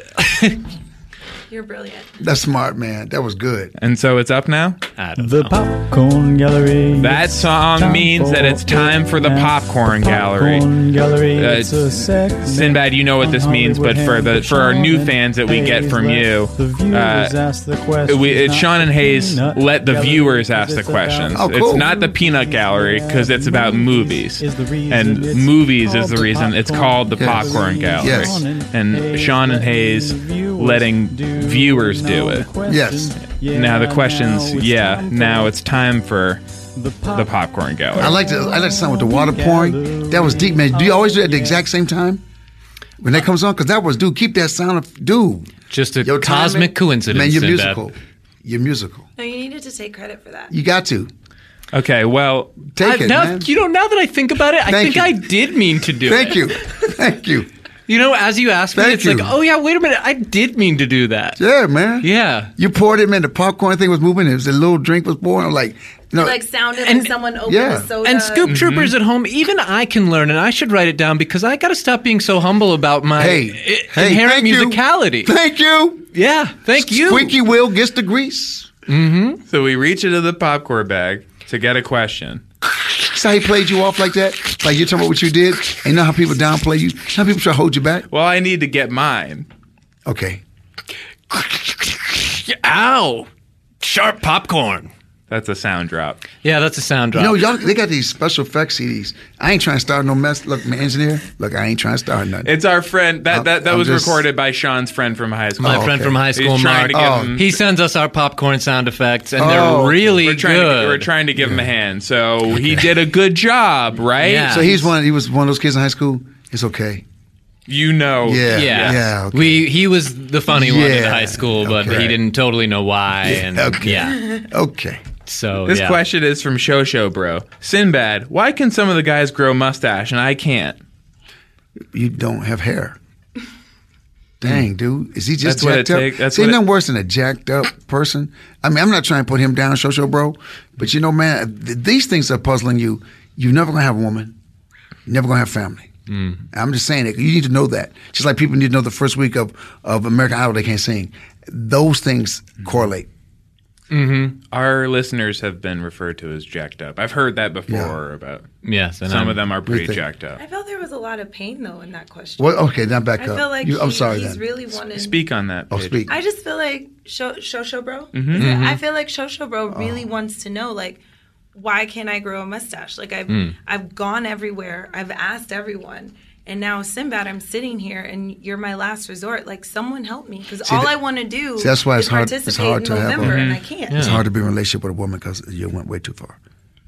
S7: You're brilliant.
S5: that's smart, man. That was good.
S3: and so it's up now.
S2: I don't
S8: The popcorn gallery.
S3: That song means that it's time for the popcorn gallery.
S8: gallery.
S3: Uh,
S8: it's a segment
S3: Sinbad, you know what
S8: on
S3: this means, but
S8: Hollywood
S3: for the
S8: Handbook.
S3: for our
S8: Sean
S3: new
S8: and
S3: fans that we get
S8: Hayes
S3: from
S8: let
S3: you,
S8: the viewers
S3: uh,
S8: ask the questions,
S3: we, it's
S8: not
S3: Sean and
S8: the
S3: Hayes
S8: peanut
S3: let the
S8: gallery,
S3: viewers
S8: 'cause
S3: ask the
S8: it's
S3: questions.
S8: about
S5: Oh, cool.
S3: It's not the peanut gallery because it's about movies,
S8: Is the reason
S3: and
S8: it's
S3: movies is
S8: called
S3: the
S8: the
S3: reason it's
S8: popcorn
S3: called the
S8: gallery.
S3: popcorn gallery.
S5: Yes.
S3: And Sean and Hayes letting viewers do it.
S5: Yes.
S3: Now the questions, yeah. Now it's time for
S8: the
S3: the popcorn gallery.
S5: I like the I like the sound with the water pouring. That was deep, man. Do you always do it at the exact same time when that comes on? Because that was, dude. Keep that sound of, dude.
S2: Just a
S5: Your timing-
S2: cosmic coincidence.
S5: man. You're
S2: Sinbad.
S5: musical. You're musical.
S7: No, you needed to take credit for that.
S5: You got to
S3: Okay, well,
S5: take
S2: I-
S5: it,
S2: now,
S5: man.
S2: you know, now that I think about it, I
S5: Thank
S2: think
S5: you.
S2: I did mean to do it.
S5: Thank you, thank you.
S2: You know, as you asked me,
S5: Thank
S2: it's
S5: you.
S2: like, oh yeah, wait a minute, I did mean to do that.
S5: Yeah, man.
S2: Yeah.
S5: You poured him in. The popcorn thing was moving. It was a little drink was pouring. I'm like, no,
S7: Like sounded
S2: And-
S7: like someone opened
S5: yeah.
S7: a soda.
S2: And
S5: Mm-hmm.
S2: Scoop Troopers at home, even I can learn, and I should write it down because I got to stop being so humble about my
S5: hey,
S2: i-
S5: hey,
S2: inherent
S5: thank you.
S2: musicality.
S5: Thank you.
S2: Yeah, thank you.
S5: Squeaky wheel gets the grease.
S3: so we reach into the popcorn bag to get a question.
S5: See how he played you off like that? Like you're talking about what you did? And you know how people downplay you? How people try to hold you back?
S3: Well, I need to get mine.
S5: Okay.
S2: Ow! Sharp popcorn.
S3: That's a sound drop.
S2: Yeah, that's a sound drop.
S5: You know, y'all, they got these special effects CDs. I ain't trying to start no mess. Look, my engineer, look, I ain't trying to start nothing.
S3: It's our friend that that, that
S5: I'm
S3: was
S5: just-
S3: recorded by Sean's friend from high school.
S2: my
S5: Oh,
S2: friend
S5: okay.
S2: from high school,
S3: He's
S2: Mark.
S3: trying to give
S5: Oh.
S3: him.
S2: He sends us our popcorn sound effects, and
S5: Oh,
S2: they're
S5: okay.
S2: really
S3: we're trying
S2: good.
S3: to we're trying to give him a hand. So he did a good job, right?
S2: Yeah.
S5: so he's one. He was one of those kids in high school. It's okay.
S3: You know.
S5: Yeah.
S2: yeah,
S5: Yeah. okay.
S2: we he was the funny one in
S5: Yeah,
S2: high school, but
S5: okay.
S2: he didn't totally know why, and
S5: okay.
S2: yeah.
S5: okay.
S2: So
S3: This
S2: yeah.
S3: question is from Shosho Bro. Sinbad, why can some of the guys grow mustache and I can't?
S5: You don't have hair. Dang, dude, is he just
S3: Hmm. That's what it
S5: jacked up?
S3: take- that's
S5: See,
S3: what it-
S5: nothing worse than a jacked up person. I mean, I'm not trying to put him down, show show bro, but you know, man, th- these things are puzzling you. You're never gonna have a woman. You're never gonna have family.
S3: Hmm.
S5: I'm just saying it. You need to know that. Just like people need to know the first week of of American Idol they can't sing. Those things
S3: Hmm.
S5: correlate.
S3: Our listeners have been referred to as jacked up. I've heard that before about
S2: Yes, and
S3: some
S2: I'm-
S3: of them are pretty
S5: think?
S3: jacked up.
S7: I felt there was a lot of pain though in that question.
S5: Well, okay, now back
S7: I
S5: up.
S7: feel like
S5: You- I'm
S7: he-
S5: sorry.
S7: he's
S5: Then
S7: really wanted.
S3: Speak on that.
S5: oh,
S3: Paige.
S5: speak.
S7: I just feel like Sho- Shosho Bro. Is it-
S5: Mm-hmm.
S7: I feel like Shosho Bro
S5: Oh.
S7: really wants to know like why can't I grow a mustache? Like I've
S5: Mm.
S7: I've gone everywhere. I've asked everyone. And now Sinbad, I'm sitting here, and you're my last resort. Like someone help me, because all
S5: that-
S7: I want to do
S5: see, that's why
S7: is
S5: it's hard- it's
S7: participate
S5: hard
S7: in
S5: to have a-
S7: November, and I can't.
S5: It's hard to be in a relationship with a woman because you went way too far.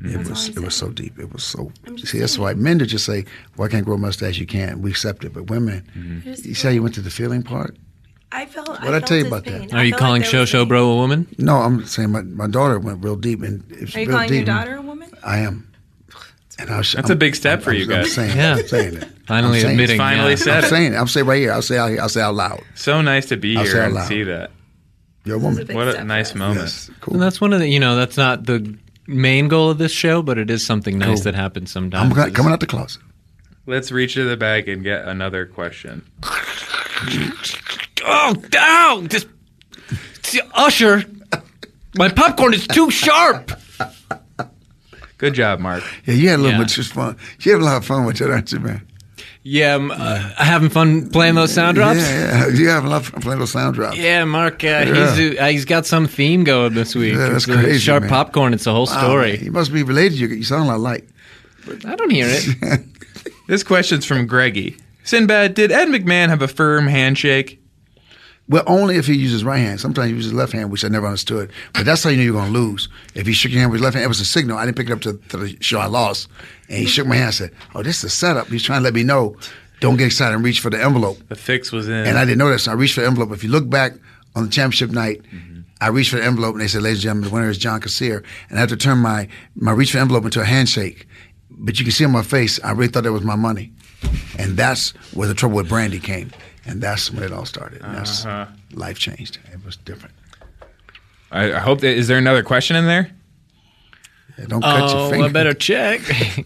S5: It was
S7: I'm
S5: it was so deep. It was so.
S7: just
S5: See, that's why men to just say, "Well, I can't grow a mustache. You can't." We accept it, but women,
S7: Mm-hmm.
S5: you say you went to the feeling part.
S7: I felt. What I,
S5: What'd I
S7: felt
S5: tell you
S7: his
S5: about that?
S7: pain. I
S2: Are you
S7: felt like
S2: calling
S7: there was
S2: Shosho
S7: pain.
S2: Bro a woman?
S5: No, I'm saying my, my daughter went real deep, and it's
S7: Are you
S5: real
S7: calling
S5: deep.
S7: your daughter a woman?
S5: I am. And I was,
S3: That's a big step
S5: I'm-
S3: for
S5: I'm-
S3: you
S5: I'm
S3: guys.
S5: saying,
S2: Yeah.
S5: I'm saying it.
S2: Finally
S5: I'm saying
S2: admitting.
S5: It.
S3: Finally
S2: yeah.
S3: said
S5: I'm
S3: it.
S5: saying it. I'm saying it right here. I'll say out here. I'll say out loud.
S3: So nice to be
S5: I'll say
S3: here
S5: out
S3: and
S5: loud.
S3: see that.
S5: You're a
S7: This is
S5: woman.
S7: big
S3: What
S7: step
S3: a
S7: for
S3: nice
S7: us.
S3: moment.
S5: Yes.
S2: And
S5: Cool.
S2: that's one of the, you know, that's not the main goal of this show, but it is something nice
S5: Cool.
S2: that happens sometimes.
S5: I'm go- coming out the closet.
S3: Let's reach to the bag and get another question.
S2: Oh, down! Just Usher, my popcorn is too sharp.
S3: Good job, Mark.
S5: Yeah, you had a little
S2: Yeah.
S5: bit of fun. You had a lot of fun with that, aren't you, man?
S2: Yeah, I'm uh, having fun playing those sound drops.
S5: Yeah, yeah. You have a lot of fun playing those sound drops.
S2: Yeah, Mark, uh, he's uh, he's got some theme going this week.
S5: Yeah, that's
S2: It's, uh,
S5: crazy,
S2: Sharp
S5: man. Oh,
S2: popcorn. It's a whole
S5: Wow,
S2: story.
S5: man, You Um, must be related. You, you sound a lot like.
S2: I don't hear it.
S3: This question's from Greggy. Sinbad, did Ed McMahon have a firm handshake?
S5: Well, only if he uses right hand. Sometimes he uses left hand, which I never understood. But that's how you knew you were going to lose. If he shook your hand with his left hand, it was a signal. I didn't pick it up to, to the show I lost. And he shook my hand and said, Oh, this is a setup. He's trying to let me know. Don't get excited and reach for the envelope.
S3: The fix was in.
S5: And I didn't know that, so I reached for the envelope. If you look back on the championship night,
S2: Mm-hmm.
S5: I reached for the envelope and they said, Ladies and gentlemen, the winner is John Kassir. And I had to turn my, my reach for envelope into a handshake. But you can see on my face, I really thought that was my money. And that's where the trouble with Brandy came. And that's when it all started. And that's
S2: Uh-huh.
S5: life changed. It was different.
S3: I, I hope that is there another question in there?
S5: Yeah, don't cut your
S2: Oh,
S5: finger.
S2: I better check.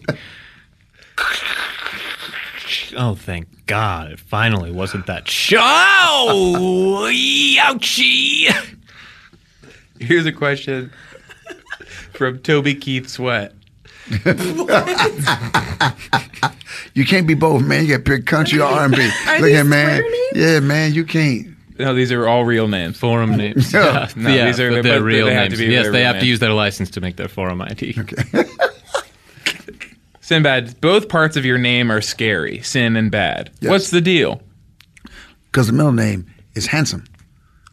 S2: oh, thank God! It finally wasn't that show. Ouchie!
S3: Here's a question from Toby Keith Sweat.
S5: You can't be both, man. You got to pick country or R&B.
S7: Are
S5: Look
S7: these
S5: at man.
S7: square names?
S5: Yeah, man, you can't.
S3: No, these are all real names.
S2: Forum names.
S5: Yeah.
S3: No,
S2: yeah,
S3: these are-
S2: but
S3: but
S2: their
S3: they
S2: real
S3: have to
S2: names.
S3: be
S2: yes,
S3: their
S2: they
S3: real
S2: have to
S3: names.
S2: use their license to make their forum ID.
S3: Sinbad, both parts of your name are scary, sin and bad.
S5: Yes.
S3: What's the deal?
S5: because the middle name is handsome.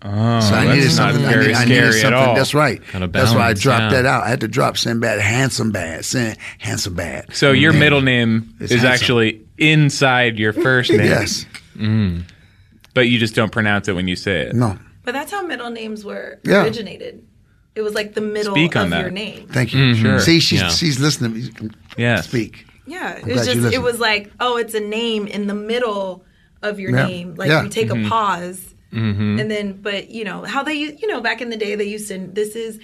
S5: Oh, so I needed
S3: that's not
S5: something. I
S3: very
S5: needed, I needed
S3: scary at
S5: something.
S3: all.
S5: That's right.
S2: Kinda
S5: That's why I
S2: balanced,
S5: dropped
S2: yeah.
S5: that out. I had to drop Sinbad, handsome bad, Sin, handsome bad.
S3: So your
S5: And-
S3: middle name
S5: It's
S3: is
S5: handsome.
S3: actually inside your first name,
S5: Yes.
S3: but you just don't pronounce it when you say it.
S5: No.
S7: But that's how middle names were
S5: Yeah.
S7: originated. It was like the middle
S3: Speak on
S7: of
S3: that.
S7: your name.
S5: Thank you.
S3: Mm-hmm. Sure.
S5: See, she's
S2: Yeah.
S5: she's listening. You can
S3: Yes.
S5: Speak.
S7: Yeah, it
S5: glad you
S7: was just it
S5: listened.
S7: was like oh, it's a name in the middle of your
S5: Yeah.
S7: name. Like
S5: Yeah.
S7: you take
S2: Mm-hmm.
S7: a pause, and then but you know how they u- you know back in the day they used to this is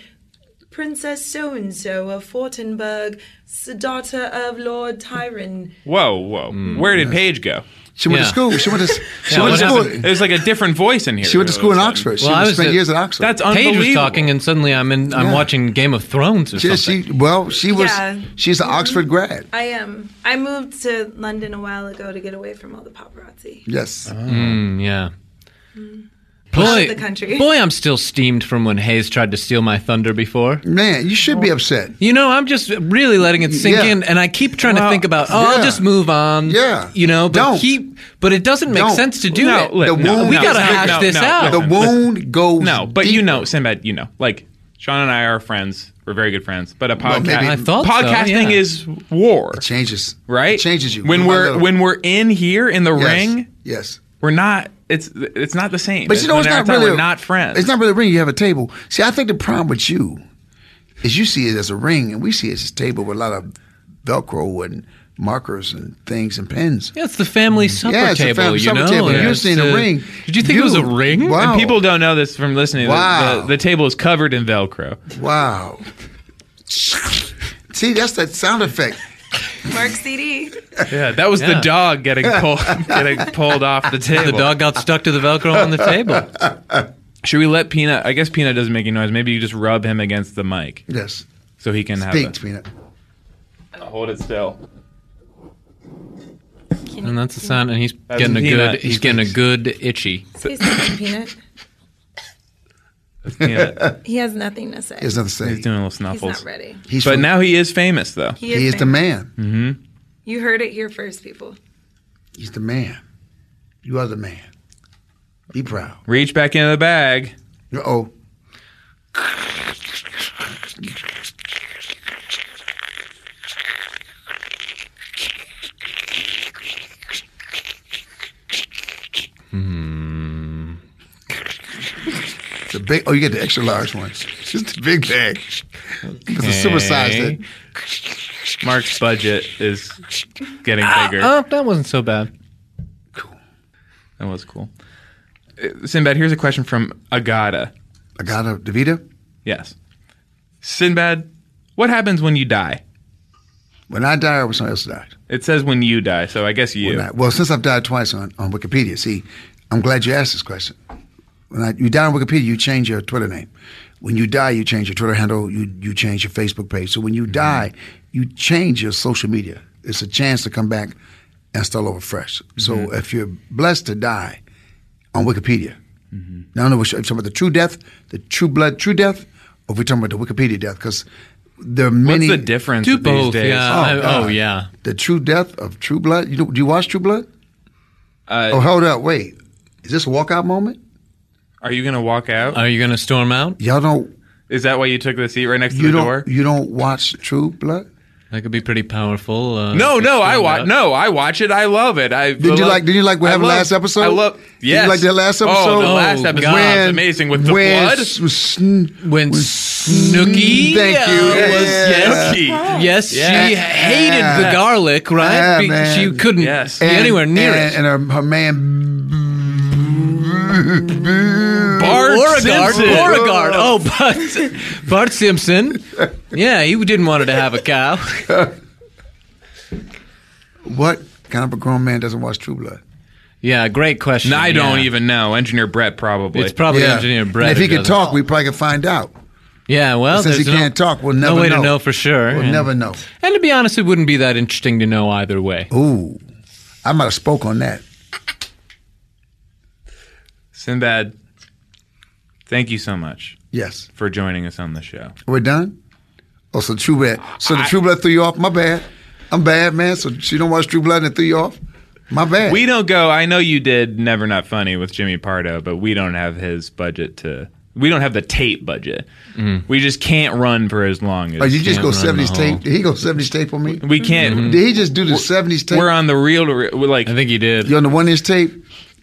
S7: Princess so and so of Fortenberg, s- daughter of Lord Tyron.
S3: Whoa, whoa.
S2: Hmm,
S3: Where did Paige go?
S5: She went
S2: Yeah.
S5: to school. She went to she
S2: Yeah,
S5: went
S2: what
S5: to school.
S3: There's like a different voice in here.
S5: She went to
S3: all
S5: school
S3: of
S5: in
S3: a sudden.
S5: Oxford. She
S2: Well, I was
S5: spent
S2: at-
S5: years at Oxford.
S3: That's
S2: Paige
S3: unbelievable.
S2: was talking, and suddenly I'm in. I'm
S5: Yeah.
S2: watching Game of Thrones or
S5: she,
S2: something.
S5: she well, she was
S7: Yeah.
S5: she's an Oxford grad.
S7: I am. I moved to London a while ago to get away from all the paparazzi.
S5: Yes.
S3: Uh-huh.
S2: Mm, yeah.
S7: Mm. Out of
S2: Boy,
S7: the country.
S2: boy, I'm still steamed from when Hayes tried to steal my thunder before.
S5: Man, you should be upset.
S2: You know, I'm just really letting it sink
S5: Yeah.
S2: in, and I keep trying to
S3: Well,
S2: think about, oh, I'll
S5: yeah.
S2: just move on.
S5: Yeah.
S2: you know, but
S5: Don't.
S2: he, but it doesn't make
S5: Don't.
S2: sense to do
S3: No,
S2: it.
S3: look,
S5: The
S3: no,
S5: wound
S2: we
S5: no,
S2: gotta
S5: no,
S2: hash
S3: no,
S2: this
S3: no,
S2: out.
S5: The
S3: listen,
S5: wound goes
S3: No, but
S5: deep.
S3: you know, Sinbad, you know, like Sean and I are friends. We're very good friends. But a podcast,
S5: maybe- I
S2: thought so,
S3: podcasting
S2: yeah.
S3: is war,
S5: changes
S3: right?
S5: It changes you
S3: when
S5: little by
S3: we're
S5: little.
S3: when we're in here in the
S5: Yes.
S3: ring.
S5: Yes.
S3: We're not. It's it's not the same.
S5: But you know, it's
S3: When
S5: not
S3: we're outside,
S5: really.
S3: We're not friends.
S5: It's not really a ring. You have a table. See, I think the problem with you is you see it as a ring, and we see it as a table with a lot of Velcro and markers and things and pens.
S2: Yeah, it's the family supper
S5: Yeah, it's the
S2: table.
S5: family
S2: you
S5: supper
S2: know,
S5: table.
S2: Yeah,
S5: You've
S2: it's
S5: seen a ring.
S3: Did you think it was a
S5: Dude,
S3: ring?
S5: wow.
S3: And people don't know this from listening. The-
S5: Wow.
S3: The, the table is covered in Velcro.
S5: Wow. See, that's that sound effect.
S7: Mark CD.
S3: Yeah, that was
S2: Yeah.
S3: the dog getting pulled getting pulled off the table.
S2: The dog got stuck to the Velcro on the table.
S3: Should we let Peanut? I guess Peanut doesn't make any noise. Maybe you just rub him against the mic
S5: Yes.
S3: so he can
S5: Speak,
S3: have
S5: Peanut.
S3: a, hold it still.
S2: And that's the sound. And he's getting a
S3: Peanut.
S2: good. He's getting a good itchy.
S7: Say something, Peanut.
S3: That's Peanut.
S7: He has nothing to say.
S5: He has nothing to say.
S3: He's doing little
S7: He's
S3: snuffles.
S7: not ready.
S5: He's
S3: But
S5: from-
S3: now he is famous though.
S7: He is,
S5: he is the
S7: famous.
S5: man.
S7: You heard it here first, people.
S5: He's the man. You are the man. Be proud.
S3: Reach back into the bag.
S5: Oh, the big. Oh, you get the extra large one. Just the big bag. It's a super size.
S3: Okay.
S5: that-
S3: Mark's budget is getting
S5: Ah,
S3: bigger.
S2: Oh, that wasn't so bad.
S3: That was cool. Uh, Sinbad, here's a question from Agata.
S5: I got a Davita.
S3: Yes. Sinbad, what happens when you die?
S5: When I die, or when someone else dies.
S3: It says when you die, so I guess you.
S5: When I- well, since I've died twice on, on Wikipedia, see, I'm glad you asked this question. When I, you die on Wikipedia, you change your Twitter name. When you die, you change your Twitter handle, you, you change your Facebook page. So when
S3: Mm-hmm.
S5: you die, you change your social media. It's a chance to come back and start over fresh.
S3: Mm-hmm.
S5: So if you're blessed to die on Wikipedia,
S3: Mm-hmm.
S5: now I don't know if we're talking about the true death, the true blood, true death, or if we're talking about the Wikipedia death, because there are
S3: What's
S5: many.
S3: the difference
S2: Do
S3: these
S2: both.
S3: days?
S2: Yeah.
S5: Oh,
S2: I- Oh,
S5: God.
S2: yeah.
S5: The true death of True Blood. You do, do you watch True Blood?
S3: Uh,
S5: Oh, hold up, wait. Is this a walkout moment?
S3: Are you gonna walk out?
S2: Are you gonna storm out?
S5: Y'all don't
S3: Is that why you took the seat right next to
S5: you
S3: the
S5: don't
S3: door?
S5: you don't watch True Blood?
S2: That could be pretty powerful. Uh,
S3: No,
S2: if you
S3: no, I
S2: stormed
S3: watch.
S2: out.
S3: No, I watch it. I love it. I
S5: Did you like- did you like what happened last episode?
S3: I love.
S5: Did you
S3: Yes.
S5: like that last
S3: Oh,
S5: episode?
S3: the
S2: Oh,
S3: last episode
S2: God.
S3: was amazing with the
S5: when
S3: blood.
S5: s- sn-
S2: When Snooky.
S5: Thank you.
S2: uh, was-
S5: Yeah.
S2: yes.
S3: Snooki.
S2: Yes, she
S5: Yeah.
S2: hated the
S5: Yeah.
S2: garlic, right?
S5: Yeah,
S2: Be-
S5: man.
S2: She couldn't
S3: Yes.
S2: be
S5: and-
S2: anywhere near
S5: and,
S2: it.
S5: And her, her
S2: Mm.
S5: man
S3: Bart
S2: Beauregard,
S3: Simpson.
S2: Beauregard. Oh, Bart, Bart Simpson. Yeah, he didn't want her to have a cow.
S5: What kind of a grown man doesn't watch True Blood?
S2: Yeah, great question.
S3: No, I don't
S2: yeah.
S3: even know. Engineer Brett probably.
S2: It's probably engineer Brett.
S5: And if he
S2: who
S5: could
S2: does it.
S5: talk, we probably could find out.
S2: yeah. Well,
S5: Since he
S2: there's no-
S5: can't talk, we'll
S2: no
S5: never
S2: way to
S5: know.
S2: know for sure.
S5: We'll
S2: and,
S5: never know.
S2: And to be honest, it wouldn't be that interesting to know either way.
S5: Ooh, I might have spoke on that.
S3: Sinbad. Thank you so much
S5: Yes,
S3: for joining us on the show.
S5: we're done. Oh, so True Blood. So the True Blood threw you off. My bad. I'm bad, man. So she don't watch True Blood and it threw you off. My bad.
S3: We don't go. I know you did Never Not Funny with Jimmy Pardo, but we don't have his budget to. We don't have the tape budget. We just can't run for as long as
S5: Mm. Oh, you just
S2: Can't
S5: go
S2: run the
S5: 70s
S2: whole-
S5: tape. Did he go 70s tape on me?
S3: we can't.
S5: Did he just do the 70s tape?
S3: We're on the real to real. We're like
S2: I think he did.
S5: You're on the one inch tape?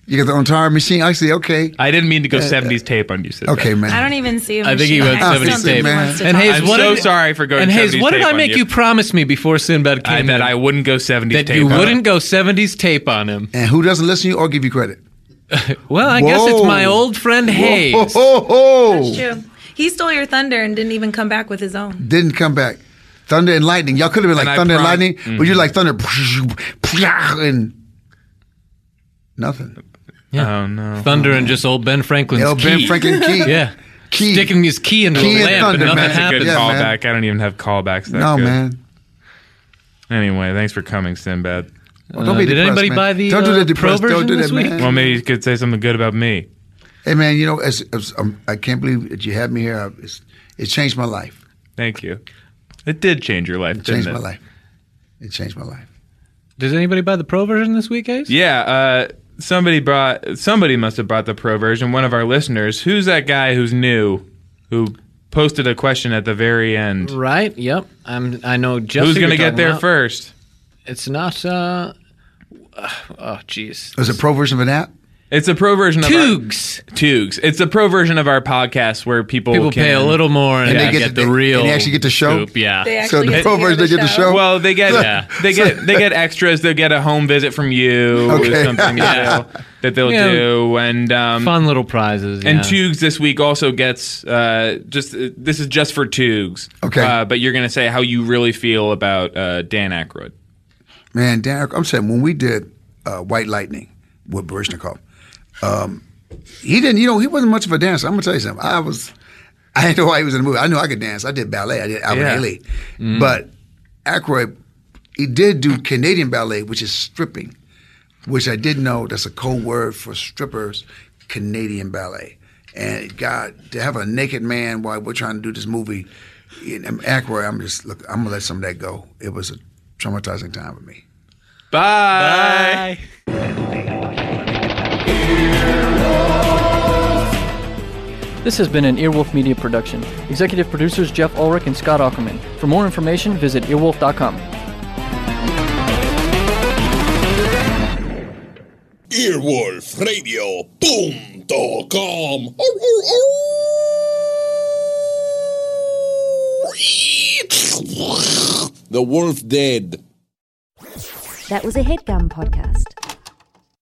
S5: You got the entire machine? I see. Okay.
S3: I didn't mean to go seventies tape on you. Sid.
S5: Okay, man.
S7: I don't even see him.
S2: I think he went 70s
S5: I still think
S2: tape.
S5: he wants to
S2: And
S5: talk.
S2: Hayes,
S3: I'm
S2: what
S3: so
S2: did,
S3: sorry for going
S2: And Hayes,
S3: 70s
S2: what did
S3: tape
S2: I
S3: on
S2: make you.
S3: you.
S2: promise me before Sinbad came?
S3: I that
S2: in?
S3: I wouldn't go seventies.
S2: that you wouldn't go 70s tape on him.
S5: and who doesn't listen to you or give you credit?
S2: Well, I guess it's
S5: Whoa.
S2: my old friend Hayes.
S5: Ho, ho, ho.
S7: That's true. He stole your thunder and didn't even come back with his own.
S5: Didn't come back. Thunder and lightning. Y'all could have been like
S3: And I Mm-hmm.
S5: thunder and
S3: prom-
S5: lightning, but you're like thunder and nothing.
S3: Oh no.
S2: Thunder and just old Ben Franklin's
S5: L. Ben
S2: key.
S5: Franklin Key.
S2: Yeah.
S5: Key.
S2: Sticking his key into a
S5: Key and
S2: lamp
S5: thunder,
S2: and nothing
S5: man.
S3: That's a good
S2: happened.
S5: Yeah,
S3: callback.
S5: man.
S3: I don't even have callbacks. That
S5: No,
S3: good.
S5: man.
S3: Anyway, thanks for coming, Sinbad.
S5: Well, don't be
S2: Uh, did
S5: depressed,
S2: anybody
S5: man.
S2: buy the,
S5: Don't do
S2: uh,
S5: that depressed.
S2: Pro
S5: Don't do
S2: version
S5: that,
S2: this week?
S5: man.
S3: Well, maybe you could say something good about me.
S5: Hey man, you know, as, as, um, I can't believe that you had me here. I- It's, it changed my life.
S3: Thank you. It did change your life,
S5: It
S3: didn't
S5: changed
S3: it?
S5: my life. It changed my life.
S2: Did anybody buy the pro version this week, Ace?
S3: Yeah. Uh, somebody brought. Somebody must have brought the pro version. One of our listeners. Who's that guy who's new? Who posted a question at the very end?
S2: Right. Yep. I'm. I know just
S3: Who's
S2: who
S3: going to
S2: you're talking
S3: get there
S2: about.
S3: first?
S2: It's not. uh Oh, jeez.
S5: It was a pro version of an app.
S3: It's a pro version of
S2: Toogs.
S3: Our, Toogs. It's a pro version of our podcast where people
S2: People pay
S3: can-
S2: a little more and,
S3: And they
S2: they
S3: get
S2: get,
S3: to-
S2: the
S3: they-
S2: real.
S3: and they actually get to show?
S2: scoop, Yeah.
S3: They
S5: So the pro version, they get the show.
S3: Well, they get
S5: Yeah.
S3: they get they get extras. They will get a home visit from you
S5: Okay.
S3: or something you know, that they'll
S2: Yeah.
S3: do and um,
S2: Fun little prizes.
S3: And
S2: yeah.
S3: Toogs this week also gets uh, just uh, this is just for Toogs.
S5: Okay.
S3: uh, but you're gonna say how you really feel about uh, Dan Aykroyd.
S5: Man, Dan, I'm saying when we did uh, White Lightning with Baryshnikov, um, he didn't. You know, he wasn't much of a dancer. I'm gonna tell you something. I was. I didn't know why he was in the movie. I knew I could dance. I did ballet. I did Albert
S3: Yeah.
S5: Haley, but Aykroyd, he did do Canadian ballet, which is stripping, which I didn't know. That's a code word for strippers. Canadian ballet, and God, to have a naked man while we're trying to do this movie, in Aykroyd, I'm just look. I'm gonna let some of that go. It was a traumatizing time for me.
S3: Bye.
S9: This has been an Earwolf Media production. Executive producers Jeff Ulrich and Scott Ackerman. For more information, visit earwolf.com.
S10: Earwolfradio.com. The wolf dead.
S11: That was a headgum podcast.